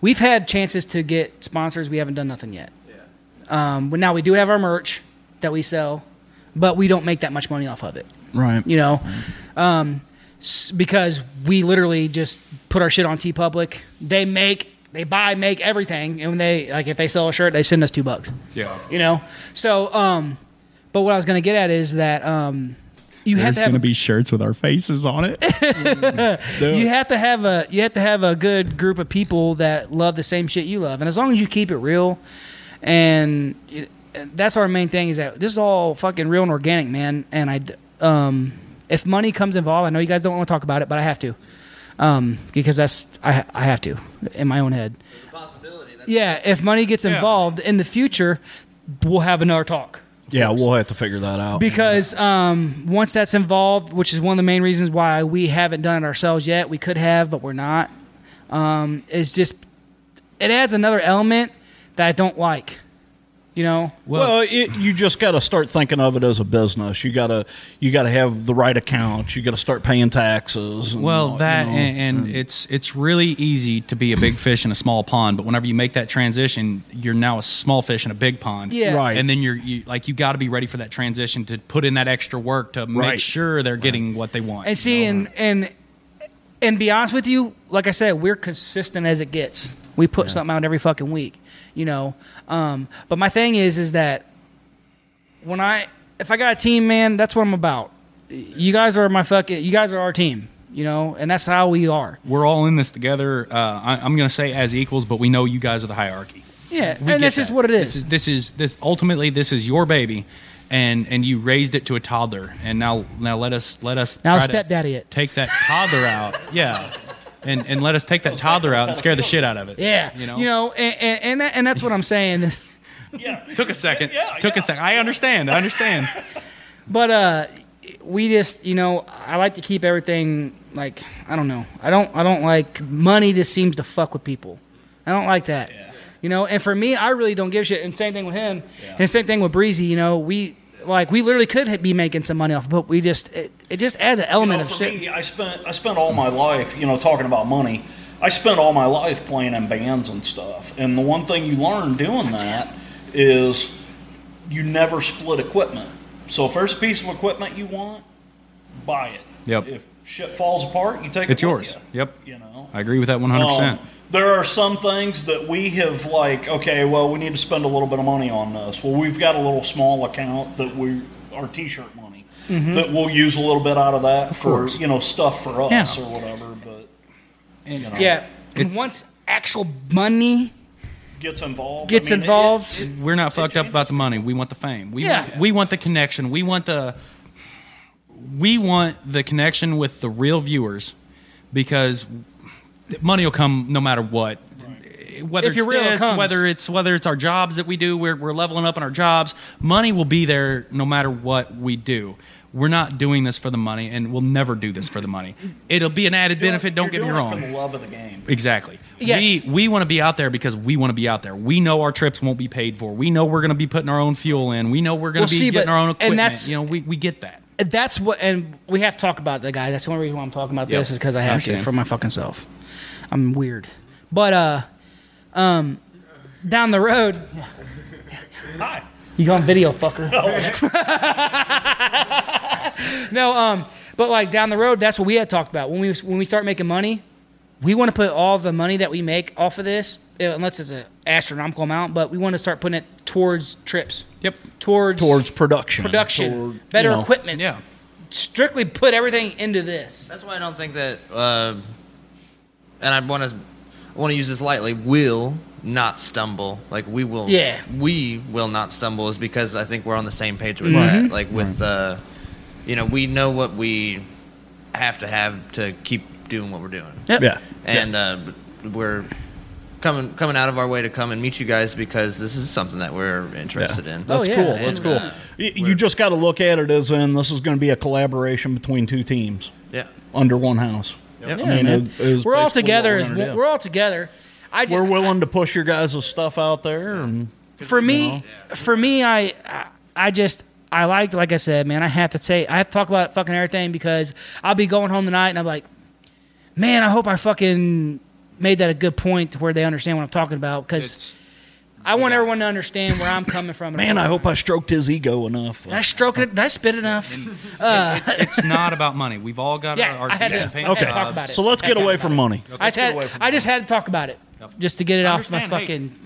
We've had chances to get sponsors. We haven't done nothing yet. Yeah. Um, but now we do have our merch that we sell, but we don't make that much money off of it.
Right.
You know, um, s- because we literally just put our shit on T Public. They make, they buy, make everything, and when they like if they sell a shirt, they send us two bucks.
Yeah.
You know, so um, but what I was gonna get at is that um, you have
There's
to have
gonna
a,
be shirts with our faces on it. do
you
it.
have to have a you have to have a good group of people that love the same shit you love, and as long as you keep it real, and you- and that's our main thing is that this is all fucking real and organic, man. And I, d- um, if money comes involved, I know you guys don't want to talk about it, but I have to, um, because that's I I have to in my own head. Yeah, if money gets involved in the future, we'll have another talk
Yeah, we'll have to figure that out.
because um, once that's involved, which is one of the main reasons why we haven't done it ourselves yet. We could have, but we're not. Um, it's just it adds another element that I don't like. You know,
Well, it, you just got to start thinking of it as a business. You got to you got to have the right accounts. You got to start paying taxes. and all,
Well,
you
that
know. mm.
and, and it's it's really easy to be a big fish in a small pond, but whenever you make that transition, you're now a small fish in a big pond.
Yeah. Right.
And then you're you, like you got to be ready for that transition to put in that extra work to
Right.
make sure they're getting what they want.
and see, and and and be honest with you, like I said, we're consistent as it gets. We put something out every fucking week. You know, um, but my thing is, is that when I if I got a team, man, that's what I'm about. You guys are my fucking. You guys are our team. You know, and that's how we are.
We're all in this together. Uh, I, I'm going to say as equals, but we know you guys are the hierarchy.
Yeah,
We get
and that's just
that.
what it
This
is.
This is this ultimately this is your baby, and and you raised it to a toddler, and now now let us let us
Now
try to
stepdaddy it.
Take that toddler out, yeah, and and let us take that toddler out and scare the shit out of it.
Yeah,
you know.
you know, and and, and, that, and that's what I'm saying.
Took a second. Took a second. I understand. I understand.
But uh, we just, you know, I like to keep everything like I don't know. I don't. I don't like money. Just seems to fuck with people. I don't like that. You know, and for me, I really don't give a shit. And same thing with him. And same thing with Breezy. You know, we like we literally could be making some money off, but we just it, it just adds an element
You know,
of
for
shit.
me, I spent I spent all my life, you know, talking about money. I spent all my life playing in bands and stuff. And the one thing you learn doing that is you never split equipment. So if there's a piece of equipment you want, buy it.
Yep.
If shit falls apart, you take
It's
it. with
yours.
you.
Yep.
You know.
I agree with that 100. percent
Um, there are some things that we have like, okay, well, we need to spend a little bit of money on this. Well, we've got a little small account that we our T-shirt money
Mhm.
that we'll use a little bit out Mm-hmm. of that for
course.
you know stuff for us
Yeah.
or whatever. But you know,
Yeah, and once actual money
gets involved,
gets
I mean, it-
involved,
We're not fucked up about the money. We want the fame. We
Yeah.
want, we want the connection. We want the we want the connection with the real viewers because money will come no matter what. Whether
If
it's
you're real, it
this,
comes.
whether it's whether it's our jobs that we do, we're we're leveling up in our jobs. Money will be there no matter what we do. We're not doing this for the money, and we'll never do this for the money. It'll be an added benefit. Don't get
you're
me
doing it
wrong.
for the love of the game.
Exactly.
Yes.
We we want to be out there because we want to be out there. We know our trips won't be paid for. We know we're going to be putting our own fuel in. We know we're going
Well,
to be
see,
getting
but-
our own
and
equipment.
that's-
you know, we, we get that.
that's what, and we have to talk about the guy. That's the only reason why I'm talking about
Yep.
this is because I have to
Understand.
for my fucking self. I'm weird, but uh, um, down the road,
Hi.
you go on video, fucker. no, um, but like down the road, that's what we had talked about when we when we start making money. We want to put all the money that we make off of this, eh, unless it's an astronomical amount, but we want to start putting it towards trips.
Yep.
Towards
Towards production.
Production.
Toward,
better
you know,
equipment.
Yeah.
Strictly put everything into this.
That's why I don't think that. Uh, and I want to, want to use this lightly. Will not stumble. Like we will.
Yeah.
We will not stumble is because I think we're on the same page with
Mhm.
that. Like with, uh, you know, we know what we have to have to keep doing what we're doing.
Yep. Yeah.
And uh, b- we're coming coming out of our way to come and meet you guys because this is something that we're interested
Oh,
in.
That's cool. That's
And,
cool.
uh,
Y- you just got to look at it as in this is going to be a collaboration between two teams.
Yeah.
Under one house.
Yep.
I mean,
man.
it- it was
we're all
basically
together.
what
As,
we're
one-
gonna do.
we're all together. I just
we're willing to push your guys' stuff out there. And
for me, for me, I, I- I just, I liked, like I said, man. I have to say, I have to talk about fucking everything because I'll be going home tonight and I'm like, man, I hope I fucking made that a good point to where they understand what I'm talking about because I want everyone to understand where I'm coming from.
man, I hope I stroked his ego enough.
Did I stroke it. Did I spit enough? Uh,
It's, it's not about money. We've all got
Yeah,
our, our
I had
decent
to-
paying
I had to
jobs.
talk about it.
So let's
I had
get
to
away
talk
from
about it.
money.
I just had, I just had to talk about it just to get it off my
Understand, hey,
fucking.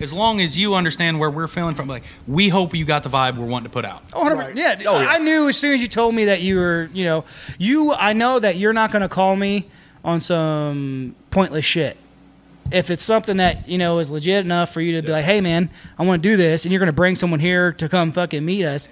As long as you understand where we're feeling from, like we hope you got the vibe we're wanting to put out.
Oh, 100%. Yeah, I knew as soon as you told me that you were, you know, you. I know that you're not going to call me on some pointless shit. If it's something that you know is legit enough for you to be like, "Hey, man, I want to do this," and you're going to bring someone here to come fucking meet us,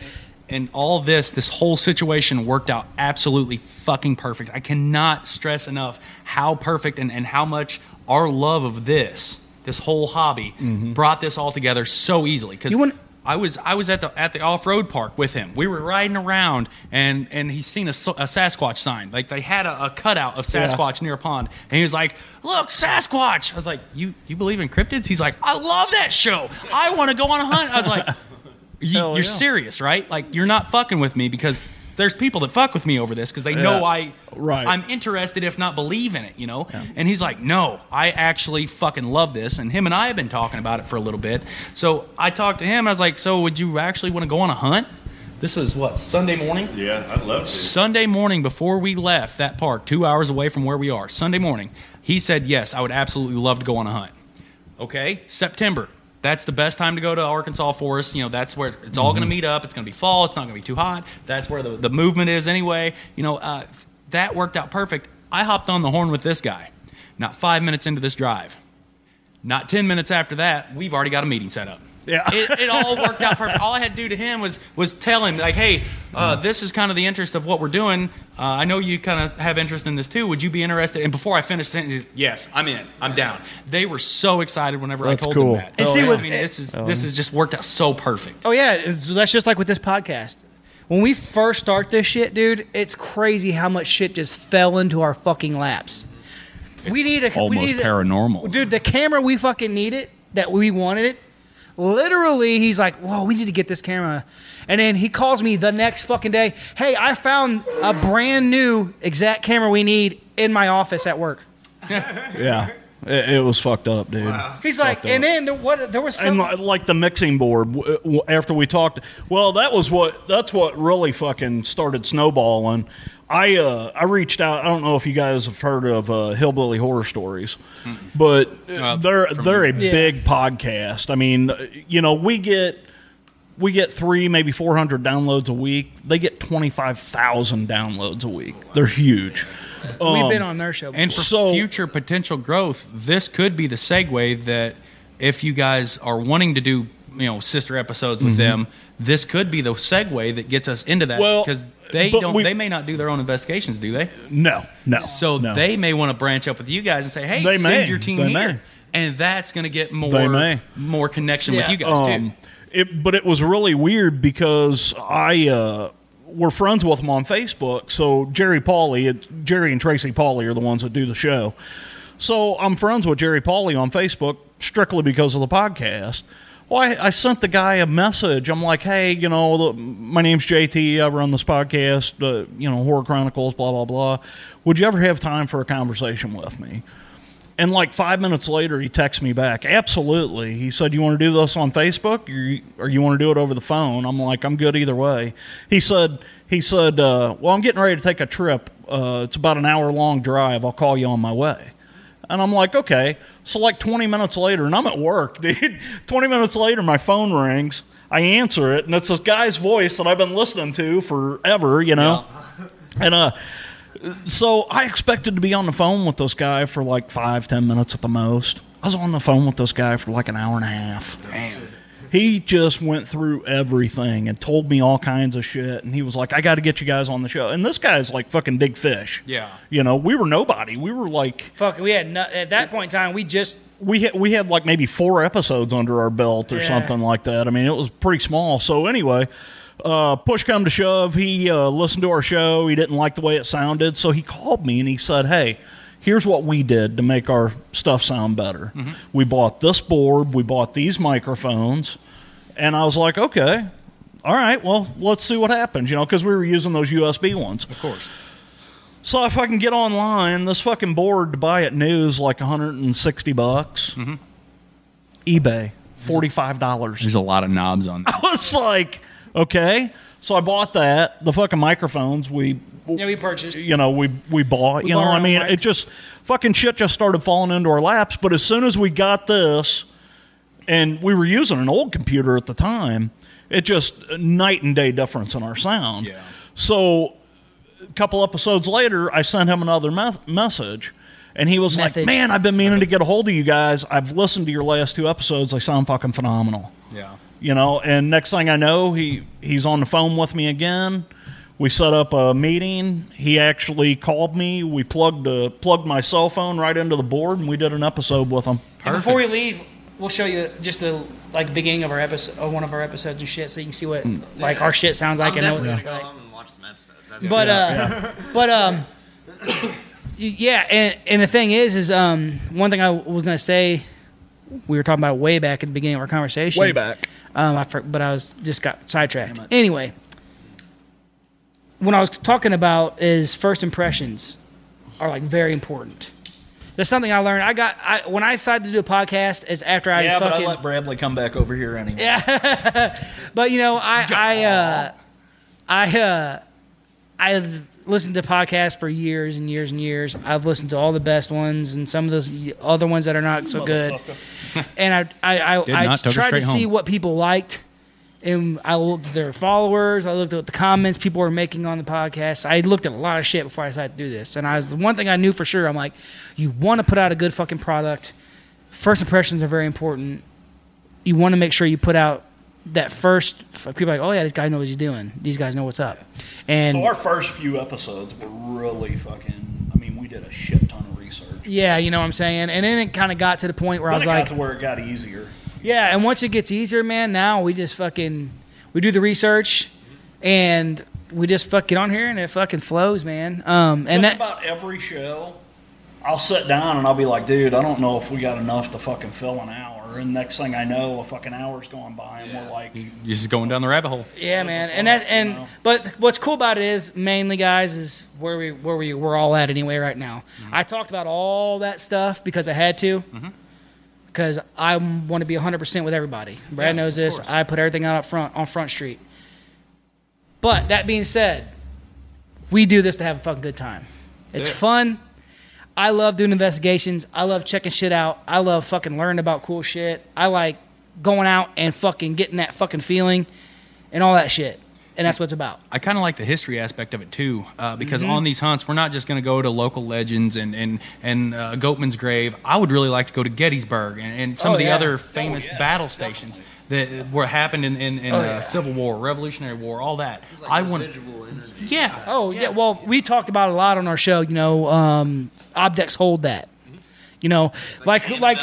and all this, this whole situation worked out absolutely fucking perfect. I cannot stress enough how perfect and, and how much our love of this, this whole hobby, brought this all together so easily. Because I was I was at the at the off road park with him. We were riding around, and and he's seen a, s- a Sasquatch sign. Like they had a, a cutout of
Yeah.
Sasquatch near a pond, and he was like, "Look, Sasquatch!" I was like, "You you believe in cryptids?" He's like, "I love that show. I want to go on a hunt." I was like. You, you're
yeah.
serious, right? Like you're not fucking with me because there's people that fuck with me over this because they
Yeah.
know I
Right.
I'm interested if not believe in it, you know. And he's like, "No, I actually fucking love this." And him and I have been talking about it for a little bit. So I talked to him. And I was like, "So would you actually want to go on a hunt?" This is what Sunday morning.
Yeah, I'd love
Sunday morning before we left that park, two hours away from where we are, Sunday morning, he said, Yes, I would absolutely love to go on a hunt. Okay, September. That's the best time to go to Arkansas for us. You know, that's where it's all going to meet up. It's going to be fall. It's not going to be too hot. That's where the, the movement is anyway. You know, uh, that worked out perfect. I hopped on the horn with this guy. Not five minutes into this drive, not 10 minutes after that, we've already got a meeting set up.
Yeah.
It, it all worked out perfect. All I had to do to him was was tell him like, hey, uh, this is kind of the interest of what we're doing. Uh, I know you kind of have interest in this too. Would you be interested? And before I finished the sentence, he's, yes, I'm in. I'm down. They were so excited whenever
That's
I told
cool.
them that.
And see,
I
with-
mean, this is
Oh.
this has just worked out so perfect.
Oh yeah, it's- that's just like with this podcast. When we first start this shit, dude, it's crazy how much shit just fell into our fucking laps. we need a we
almost
need a-
paranormal.
dude. The camera we fucking need it that we wanted it. Literally, he's like, "Whoa, we need to get this camera," and then he calls me the next fucking day. Hey, I found a brand new exact camera we need in my office at work.
Yeah. It, it was fucked up, dude.
He's like, and then what? There was some
And li- like the mixing board w- w- after we talked, well, that was what that's what really fucking started snowballing. I uh, I reached out. I don't know if you guys have heard of uh, Hillbilly Horror Stories, but uh, they're they're a
Yeah.
big podcast. I mean, uh, you know, we get we get three maybe four hundred downloads a week. They get twenty five thousand downloads a week. They're huge.
We've been
Um,
on their show.
And for future potential growth, this could be the segue that if you guys are wanting to do, you know, sister episodes with
Mhm.
them, this could be the segue that gets us into that
Well,
because they
but
don't
we-
they may not do their own investigations, do they?
No, no.
So
no.
they may want to branch up with you guys and say, "Hey,
They
send
may.
your team
They
here."
may.
And that's going to get more
They may.
more connection with you guys too.
Um, It, but it was really weird because I uh, we're friends with them on Facebook. So Jerry Pauly, it, Jerry and Tracy Pauly are the ones that do the show. So I'm friends with Jerry Pauly on Facebook strictly because of the podcast. Well, I, I sent the guy a message. I'm like, hey, you know, the, my name's JT. I run this podcast, uh, you know, Horror Chronicles, blah, blah, blah. Would you ever have time for a conversation with me? And like five minutes later, he texts me back. Absolutely. He said, You want to do this on Facebook or you, or you want to do it over the phone? I'm like, I'm good either way. He said, he said uh, Well, I'm getting ready to take a trip. Uh, it's about an hour long drive. I'll call you on my way. And I'm like, okay. So, like 20 minutes later, and I'm at work, dude. 20 minutes later, my phone rings. I answer it, and it's this guy's voice that I've been listening to forever, you know? And uh, so I expected to be on the phone with this guy for like five, ten minutes at the most. I was on the phone with this guy for like an hour and a half. Damn. He just went through everything and told me all kinds of shit. And he was like, I got to get you guys on the show. And this guy's like fucking big fish.
Yeah.
You know, we were nobody. We were like,
fuck. We had no, at that point in time, we just
we had, we had like maybe four episodes under our belt or
Yeah.
something like that. I mean, it was pretty small. So anyway, uh, push come to shove, he uh, listened to our show. He didn't like the way it sounded, so he called me and he said, "Hey, here's what we did to make our stuff sound better.
Mhm.
We bought this board, we bought these microphones." And I was like, "Okay, all right, well, let's see what happens," you know, because we were using those USB ones. Of
course.
So if I can get online, this fucking board to buy at new is like 160 bucks. eBay, forty-five dollars.
There's a lot of knobs on
I was like, okay. So I bought that. The fucking microphones we,
yeah we purchased.
you know, we we bought.
We
you know,
bought our
I mean,
own
it
mics.
just fucking shit just started falling into our laps. But as soon as we got this, and we were using an old computer at the time, it just a night and day difference in our sound. Yeah. So a couple episodes later, I sent him another me- message. And he was like,
Message.
"Man, I've been meaning to get a hold of you guys. I've listened to your last two episodes. They sound fucking phenomenal."
Yeah.
you know and next thing i know he he's on the phone with me again we set up a meeting he actually called me we plugged uh, plugged my cell phone right into the board and we did an episode with him
And before we leave, we'll show you just the like beginning of our episode, of one of our episodes and shit, so you can see what
Mm.
like our shit sounds like
I'm
and know what
definitely
it's
gonna
like.
go home and watch some episodes. That's
But
good.
uh, but um, y- yeah, and and the thing is, is um, one thing I was gonna say, we were talking about way back at the beginning of our conversation.
Way back.
Um, I for, but I was just got sidetracked. Anyway, what I was talking about is first impressions are like very important. That's something I learned. I got I, when I decided to do a podcast is after I fucking
bradley come back over here anyway
yeah. but you know, I I uh, I uh, I listened to podcasts for years and years and years. I've listened to all the best ones and some of those y- other ones that are not so good. And I I
Did
I, I
not took her
tried to
straight
see
home.
what people liked. And I looked at their followers. I looked at what the comments people were making on the podcast. I looked at a lot of shit before I decided to do this. And I was the one thing I knew for sure. I'm like, you want to put out a good fucking product. First impressions are very important. You want to make sure you put out that first. People are like, oh yeah, this guy knows what he's doing. These guys know what's up. And
so our first few episodes were really fucking. I mean, we did a shit ton of research.
Yeah, you know what I'm saying? And then it kind of got to the point where
Then
I was
it got
like,
to where it got easier.
yeah, and once it gets easier, man, now we just fucking we do the research and we just fuck get on here and it fucking flows, man. Um and that
Just about every show, I'll sit down and I'll be like, dude, I don't know if we got enough to fucking fill an hour. And next thing I know, a fucking hour's gone by, and we're like,
You're just going down the rabbit hole.
yeah, man. And that and but what's cool about it is mainly guys is where we where we we're all at anyway right now.
Mm-hmm.
I talked about all that stuff because I had to. because I want to be 100% with everybody. Brad knows this. I put everything out up front on Front Street. But that being said, we do this to have a fucking good time.
That's
it's
it.
fun. I love doing investigations. I love checking shit out. I love fucking learning about cool shit. I like going out and fucking getting that fucking feeling and all that shit. And that's what it's about.
I kind of like the history aspect of it too, uh, because
Mhm.
on these hunts, we're not just going to go to local legends and and and uh, Goatman's grave. I would really like to go to Gettysburg and, and some
Oh,
of the
yeah.
other famous battle stations that were happened in in, in
Oh,
uh,
yeah.
Civil War, Revolutionary War, all that. I want.
Yeah. Oh yeah. Well, we talked about it a lot on our show. You know, um, objects hold that. You know, like like,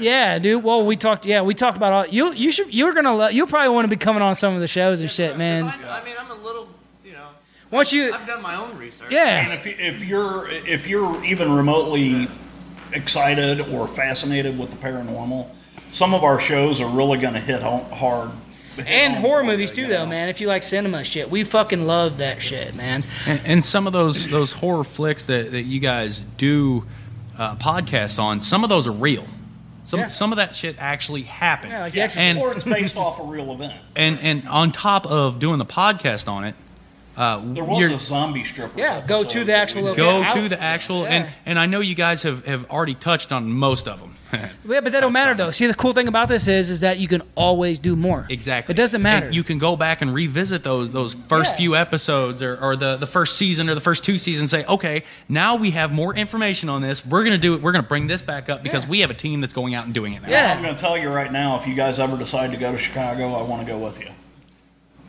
yeah, dude. Well, we talked. Yeah, we talked about all. You you should you're gonna lo- you probably want to be coming on some of the shows and shit, man.
I mean, I'm a little, you know.
Once you,
I've done my own research.
And if, you, if you're if you're even remotely excited or fascinated with the paranormal, some of our shows are really going to hit home, hard.
And horror movies too, though, man. If you like cinema shit, we fucking love that shit, man.
And, and some of those those horror flicks that, that you guys do uh, podcasts on, some of those are real. Some some of that shit actually happened.
Yeah, like
and
or it's based off a real event.
and and on top of doing the podcast on it, uh,
There was
you're-
a zombie stripper.
Yeah, go to the actual
go
location.
to the actual and and I know you guys have have already touched on most of them.
Yeah, but that don't matter though. See, the cool thing about this is, is that you can always do more.
Exactly.
It doesn't matter.
And you can go back and revisit those those first few episodes or, or the, the first season or the first two seasons and say, okay, now we have more information on this. We're gonna do it, we're gonna bring this back up because we have a team that's going out and doing it now.
I'm going to tell you right now. If you guys ever decide to go to Chicago, I want to go with you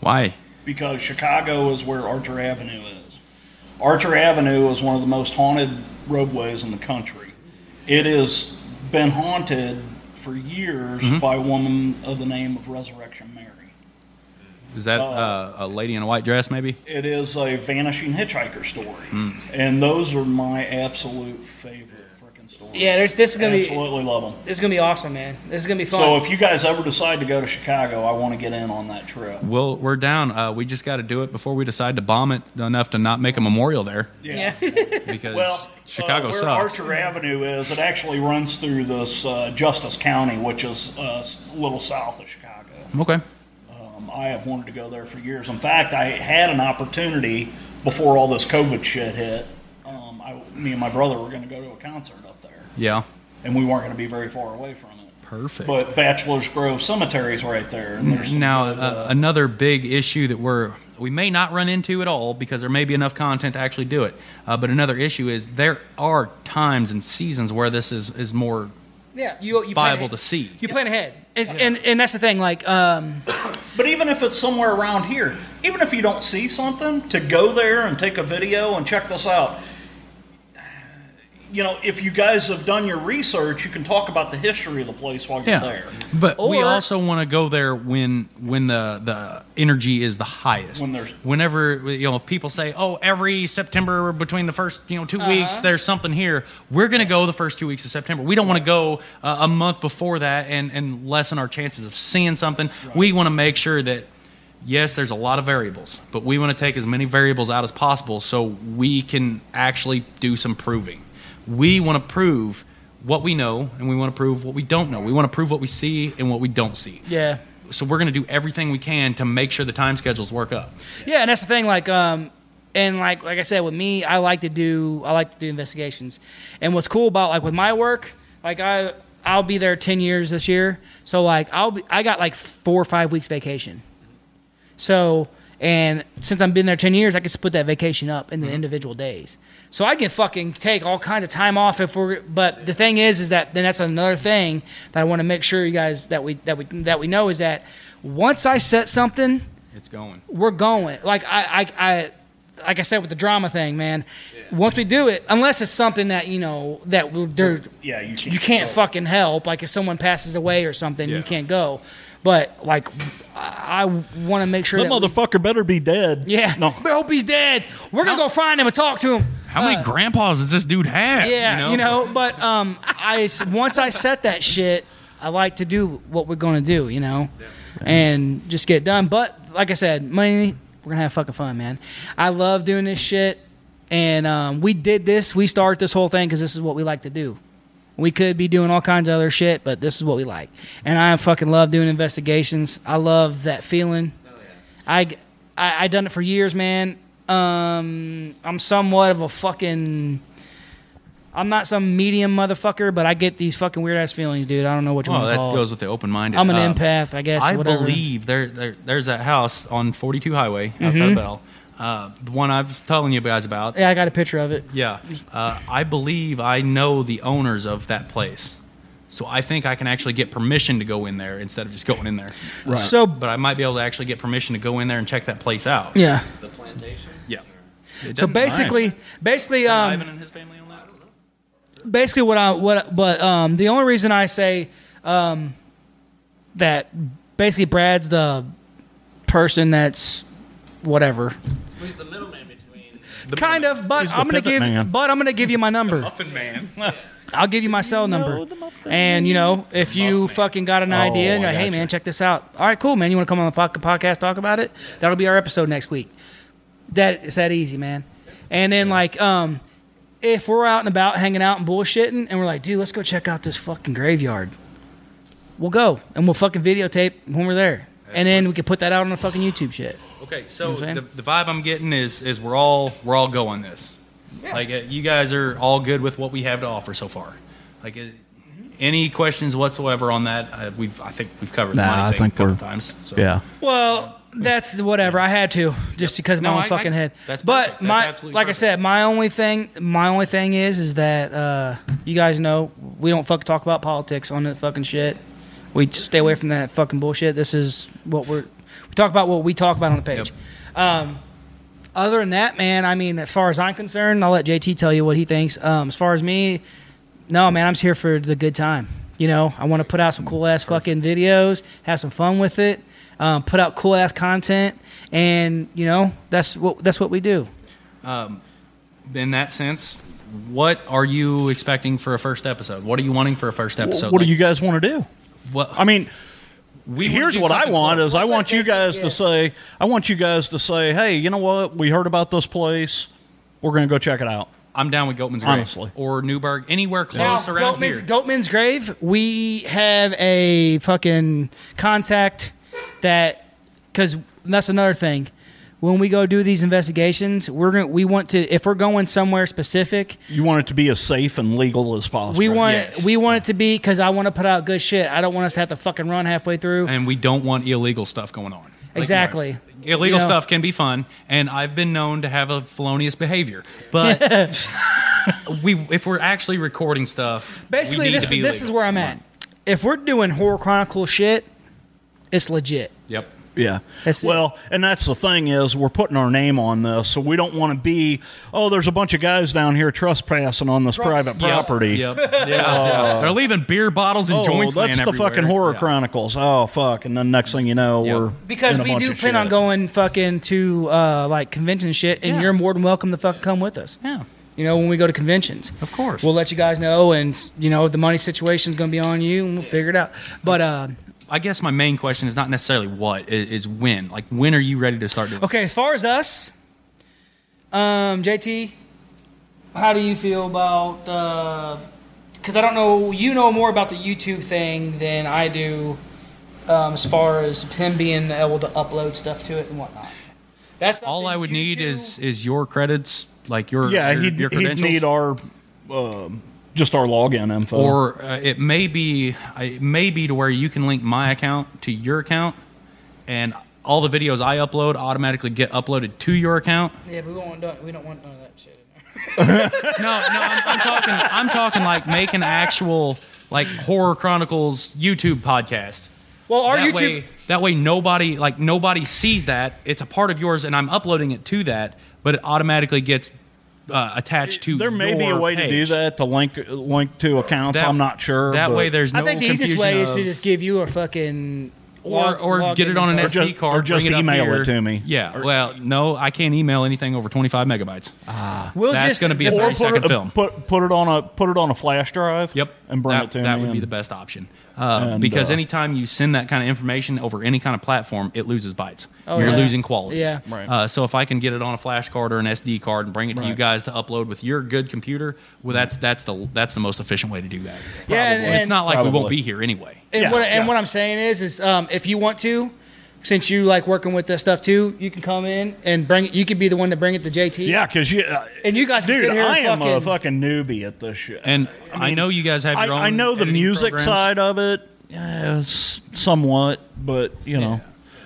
Why?
because Chicago is where Archer Avenue is. Archer Avenue is one of the most haunted roadways in the country. It has been haunted for years
Mhm.
by a woman of the name of Resurrection Mary.
Is that uh, a lady in a white dress maybe?
It is a vanishing hitchhiker story,
Mm.
and those are my absolute favorite freaking stories.
yeah, there's this is gonna be
absolutely love them.
this is gonna be awesome, man. This is gonna be fun.
So if you guys ever decide to go to Chicago, I want to get in on that trip.
Well, we're down. Uh, we just got to do it before we decide to bomb it enough to not make a memorial there
Yeah.
because
Well,
Chicago
uh, where
sucks.
Archer Avenue is, it actually runs through this uh, Justice County, which is uh, s- a little south of Chicago.
okay.
Um, I have wanted to go there for years. In fact, I had an opportunity before all this COVID shit hit. Um, I, me and my brother were going to go to a concert up there,
Yeah.
and we weren't going to be very far away from it.
Perfect.
But Bachelor's Grove Cemetery's right there, and there's
Now, uh, another big issue that we're we may not run into at all because there may be enough content to actually do it. Uh, but another issue is there are times and seasons where this is is more
yeah, you you plan
viable
ahead.
to see.
You plan ahead. It's, and and that's the thing. Like, um,
But even if it's somewhere around here, even if you don't see something, to go there and take a video and check this out. You know, if you guys have done your research, you can talk about the history of the place while you're
Yeah.
there.
But we
Or-
also want to go there when when the the energy is the highest.
When there's-
whenever you know if people say, "Oh, every September between the first you know 2 weeks
Uh-huh.
there's something here," we're going to go the first two weeks of September. We don't want to go uh, a month before that and and lessen our chances of seeing something. We want to make sure that. Yes, there's a lot of variables, but we want to take as many variables out as possible so we can actually do some proving. We want to prove what we know and we want to prove what we don't know. We want to prove what we see and what we don't see.
yeah,
So we're going to do everything we can to make sure the time schedules work up.
yeah, and that's the thing. Like, um, and like like I said, with me, I like to do I like to do investigations. And what's cool about like with my work, like I I'll be there ten years this year, so like I'll be, I got like four or five weeks vacation. So and since I've been there ten years, I can split that vacation up into individual days. So I can fucking take all kinds of time off if we're. But the thing is, is that then that's another thing that I want to make sure you guys that we that we that we know is that once I set something,
It's going.
we're going. Like I, I, I like I said with the drama thing, man. Once we do it, unless it's something that you know that we there,
yeah, you
you can't fucking help. Like if someone passes away or something, you can't go. But like, I, I want to make sure
that
that, we-
motherfucker better be dead.
yeah,
No.
I hope he's dead. We're gonna go find him and talk to him.
How many
Uh,
grandpas does this dude have?
yeah, you know? but um, I s- once I set that shit, I like to do what we're gonna do, you know, and just get it done. But like I said, money, we're gonna have fucking fun, man. I love doing this shit, and um, we did this. We start this whole thing because this is what we like to do. We could be doing all kinds of other shit, but this is what we like. And I fucking love doing investigations. I love that feeling. I, I I done it for years, man. Um, I'm somewhat of a fucking. I'm not some medium motherfucker, but I get these fucking weird ass feelings, dude. I don't know what you
Oh,
Well,
want to
that
call.
goes with the open minded.
I'm an empath, I guess,
I
whatever.
believe there, there there's that house on 42 Highway outside
Mhm.
of Bell, uh, the one I was telling you guys about.
it. Yeah, I got a picture of it.
Yeah, uh, I believe I know the owners of that place, so I think I can actually get permission to go in there instead of just going in there.
Right. So-
but I might be able to actually get permission to go in there and check that place out.
Yeah.
The plantation.
Yeah. It
So
doesn't-
basically,
alright.
basically,
Is
um,
Ivan and his family on that?
basically what I what but um the only reason I say um that basically Brad's the person that's whatever.
He's the middleman between.
kind of, but
He's the
I'm gonna
pivot
give
man.
but I'm gonna give you my number.
Muffin Man.
I'll give you my cell number. And you know, if you fucking got an
Oh,
idea and you're
I
like, hey man, check this out. All right, cool, man. You want to come on the fucking podcast talk about it? That'll be our episode next week. That it's that easy, man. And then like um if we're out and about hanging out and bullshitting and we're like, dude, let's go check out this fucking graveyard. We'll go and we'll fucking videotape when we're there. and then we can put that out on the fucking YouTube shit.
Okay, so
You know what I'm
the, the vibe I'm getting is is we're all we're all go on this. Like uh, you guys are all good with what we have to offer so far. Like uh, any questions whatsoever on that? Uh, we've I think we've covered. the
Nah,
money
I
thing
think
a couple
we're-
times. So.
Yeah.
Well, that's whatever. I had to just because of my
No,
own
I- I-
fucking head.
that's perfect.
but
That's
my
absolutely
like I said, my only thing, my only thing is, is that uh, you guys know we don't fucking talk about politics on that fucking shit. We just stay away from that fucking bullshit. This is what we're we talk about. What we talk about on the page. Um, other than that, man, I mean, as far as I'm concerned, I'll let JT tell you what he thinks. Um, as far as me, no, man, I'm just here for the good time. You know, I want to put out some cool ass fucking videos, have some fun with it, um, put out cool ass content, and you know, that's what that's what we do.
Um, in that sense, what are you expecting for a first episode? What are you wanting for a first
Wh-
episode?
what do you guys want to do?
What
I mean,
we
here's
do
what I
something
want
cool.
is I want you guys to say I want you guys to say, hey, you know what? We heard about this place. We're gonna go check it out.
I'm down with Goatman's Grave
Honestly.
or Newburgh, anywhere close around
Goatman's,
here.
Goatman's grave. We have a fucking contact that because that's another thing. When we go do these investigations, we're gonna we want to if we're going somewhere specific,
You want it to be as safe and legal as possible.
we want it, we want it to be because I want to put out good shit. I don't want us to have to fucking run halfway through.
and we don't want illegal stuff going on. Like,
Exactly.
you know, illegal
You know?
stuff can be fun, and I've been known to have a felonious behavior. But we, if we're actually recording stuff, we
Basically,
need
this
to be
this is
legal.
where I'm at. If we're doing horror chronicle shit, it's legit.
Yep.
Yeah. well, and that's the thing is we're putting our name on this, so we don't want to be. Oh, there's a bunch of guys down here trespassing on this private
Yep,
property.
Yep. Yeah.
Uh,
They're leaving beer bottles and
oh, that's
joints. laying
the
everywhere.
fucking horror
Yeah.
chronicles. Oh fuck! And then next thing you know, we're
Because
in a
we
bunch
do
of
plan on
shit.
going fucking to uh, like convention shit, and
Yeah.
you're more than welcome to fucking come with us.
Yeah.
You know, when we go to conventions, of
course,
we'll let you guys know, and you know the money situation's gonna be on you, and we'll figure it out. But uh,
I guess my main question is not necessarily what i- is, when. Like, when are you ready to start doing?
okay, as far as us, um, JT, how do you feel about? Because I don't know, you know more about the YouTube thing than I do, um, as far as him being able to upload stuff to it and whatnot. That's
all I would need is is your credits, like your
yeah,
your,
he'd,
your
he'd
credentials.
need our um just our login info.
or uh, it may be it may be to where you can link my account to your account, and all the videos I upload automatically get uploaded to your account.
Yeah, but we don't want we don't want none of that shit.
no, no, I'm, I'm talking. I'm talking like make an actual like horror chronicles YouTube podcast.
Well, our
that
YouTube-
way, that way nobody like nobody sees that it's a part of yours, and I'm uploading it to that, but it automatically gets uh, attached to.
there may be a
your
way to do
page.
that to link link to accounts.
That-
I'm not sure.
that
but-
way there's
I think the easiest way is to just give you a fucking
or
log-
or
log
get it on an
info.
SD card.
or just
bring it up
email
here.
it to me.
Yeah. well, no, I can't email anything over 25 megabytes. Ah,
We'll
that's
just-
going to be a
or
30
put
second
it-
film.
Put put it on a put it on a flash drive. Yep, and bring
that,
it to
that
me
would be
and-
the best option uh,
And,
because
uh,
anytime you send that kind of information over any kind of platform it loses bytes
Oh,
you're
yeah.
losing quality
Yeah. Right.
uh, so if i can get it on a flash card or an sd card and bring it to you
Right.
guys to upload with your good computer well that's that's the that's the most efficient way to do that
Yeah, and-
it's
and-
not like we won't
Probably.
be here anyway
And what and what I'm saying is is um, if you want to, since you like working with this stuff too, you can come in and bring it. You could be the one to bring it to JT.
Yeah, because you uh,
And you guys can
dude,
sit here
I
and
am a
fucking-
fucking newbie at this shit.
and i, know you guys have
I,
your own
I know the
editing
music
programs.
side of it, uh, s- somewhat, but you know,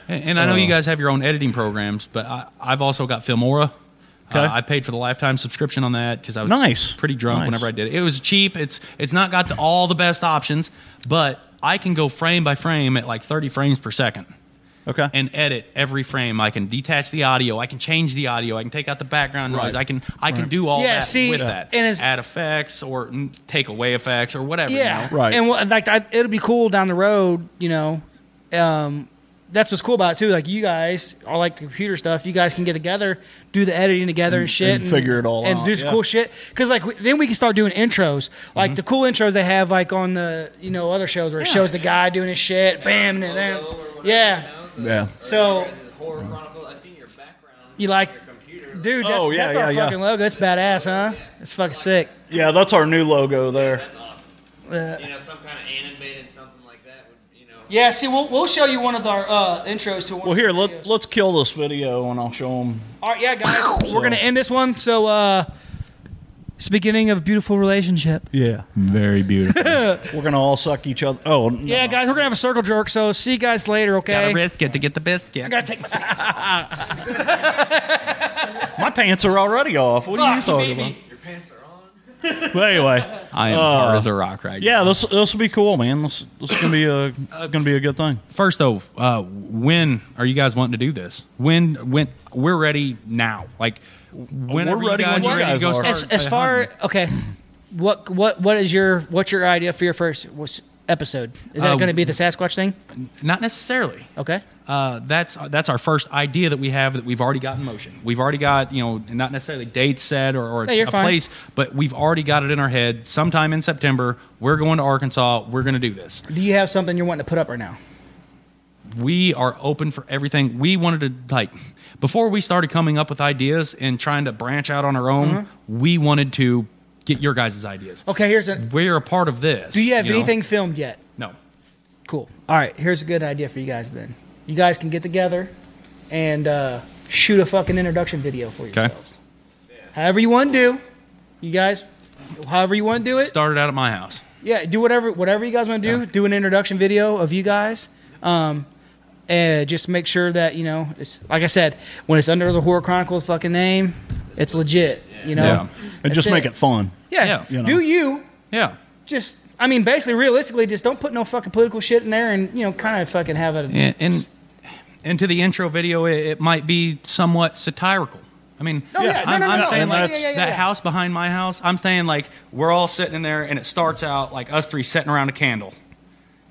And, and I know
Uh,
you guys have your own editing programs, but I, I've also got Filmora.
Okay.
Uh, I paid for the lifetime subscription on that because I was
Nice.
pretty drunk
Nice.
whenever I did it. It was cheap. It's it's not got the, all the best options, but I can go frame by frame at like 30 frames per second.
Okay.
And edit every frame. I can detach the audio. I can change the audio. I can take out the background noise.
Right.
I can I can
Right.
do all
Yeah,
that
see,
with
Yeah.
that.
and it's-
add effects or mm, take away effects or whatever. you
Yeah,
know?
And well, like I, it'll be cool down the road, you know. Um, that's what's cool about it too. Like you guys are like the computer stuff. You guys can get together, do the editing together and,
And-
shit,
and figure it all
and
out,
do some
yeah.
cool shit. Because like we, then we can start doing intros,
Mm-hmm.
like the cool intros they have like on the you know other shows where it shows the guy doing his shit, bam, and then yeah.
yeah.
So you like, dude? That's,
Oh, yeah,
that's our
yeah, yeah.
fucking logo. It's badass, huh? It's fucking sick.
Yeah, that's our new logo there.
Uh,
You know, some kind of animated something like that. Would, you know,
yeah, see, we'll, we'll show you one of our uh, intros to one.
Well, here let let's kill this video and I'll show them.
All right, yeah, guys, we're gonna end this one. So, uh, it's the beginning of a beautiful relationship.
Yeah, very beautiful. We're gonna all suck each other. Oh, no.
Yeah, guys, we're gonna have a circle jerk. So, see you guys later. Okay.
Gotta risk
it to get the biscuit.
I gotta take my.
my pants are already off. What are you
Fuck,
talking
baby.
about? But anyway,
I am hard as a rock right
Oh. Yeah, this this will be cool, man. This this is gonna be a gonna be a good thing.
First though, uh, when are you guys wanting to do this? When when we're ready now? Like whenever
We're ready
you guys
when you
are ready to
guys
go
are.
start.
As, as far okay, what what what is your what's your idea for your first what's- episode? Is
Um,
that
Uh,
gonna be the Sasquatch thing?
Not necessarily.
Okay.
Uh, that's that's our first idea that we have that we've already got in motion. We've already got you know not necessarily dates set or, or
No, you're
a
fine.
place, but we've already got it in our head. Sometime in September, we're going to Arkansas. We're going to do this.
Do you have something you're wanting to put up right now?
we are open for everything. We wanted to like before we started coming up with ideas and trying to branch out on our own.
Mhm.
We wanted to get your guys' ideas.
Okay, here's a.
We're a part of this.
Do you have
know?
anything filmed yet?
No.
Cool. All right, here's a good idea for you guys then. You guys can get together and uh, shoot a fucking introduction video for yourselves. However you want to do, you guys, however you want to do it.
Started out at my house.
Yeah, do whatever whatever you guys want to do. Do an introduction video of you guys. Um, and just make sure that you know, it's, like I said, when it's under the Horror Chronicles fucking name, it's legit. You know,
Yeah. and just
That's
make it fun.
Yeah,
you know.
do you?
Yeah.
Just, I mean, basically, realistically, just don't put no fucking political shit in there, and you know, kind of fucking have it.
And and, and to the intro video, it, it might be somewhat satirical. I mean,
Oh, yeah. No,
I'm,
no, no,
I'm
no.
saying
And
like
that's- Yeah, yeah, yeah,
that
yeah.
house behind my house. I'm saying like we're all sitting in there, and it starts out like us three sitting around a candle,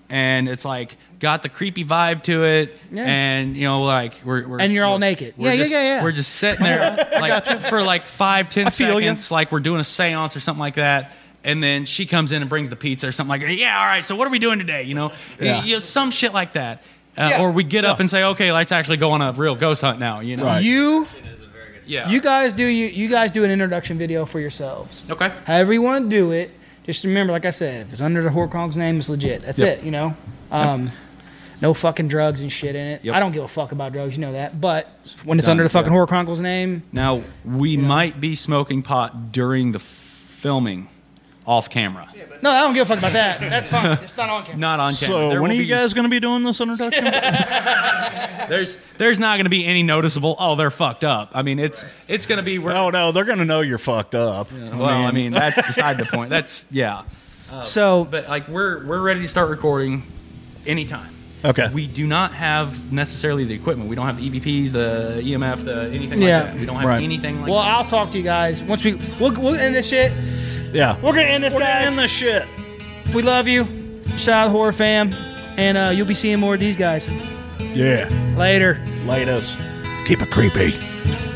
and it's like got the creepy vibe to it,
Yeah.
and you know like we're, we're
and you're all naked.
we're
Yeah,
just,
yeah, yeah, yeah.
We're just sitting there like for like five, ten
feel ya.
seconds, like we're doing a seance or something like that. And then she comes in and brings the pizza or something like, yeah, all right. So what are we doing today? You know,
Yeah.
You know, some shit like that. Uh,
Yeah.
Or we get up and say, okay, let's actually go on a real ghost hunt now. You know,
You,
yeah,
you guys do you you guys do an introduction video for yourselves.
okay,
However you want to do it, just remember, like I said, if it's under the Horcrog's name, it's legit. That's
Yep.
it. You know. Um, no fucking drugs and shit in it.
Yep.
I don't give a fuck about drugs, you know that. But when it's
Done,
under the fucking
yeah.
horror chronicles name,
Now we might be smoking pot during the f- filming, off camera.
no, I don't give a fuck about that. That's fine. It's not on camera.
Not on camera.
So
There
when are
will
you
be-
guys going to be doing this introduction?
There's there's not going to be any noticeable. Oh, they're fucked up. I mean, it's it's going to be.
Oh no, they're going to know you're fucked up.
well, I mean, that's beside the point. That's yeah. Uh,
So-
but like we're we're ready to start recording anytime.
Okay.
We do not have necessarily the equipment. We don't have the EVPs, the EMF, the anything
Yeah.
like that. We don't have
Right.
anything like
Well, I'll talk to you guys once we we'll, we'll end this shit.
yeah.
We're gonna end this,
We're gonna
guys.
end this shit.
We love you. Shout out horror fam, and uh, you'll be seeing more of these guys
Yeah.
later.
Latest.
Keep it creepy.
Bye.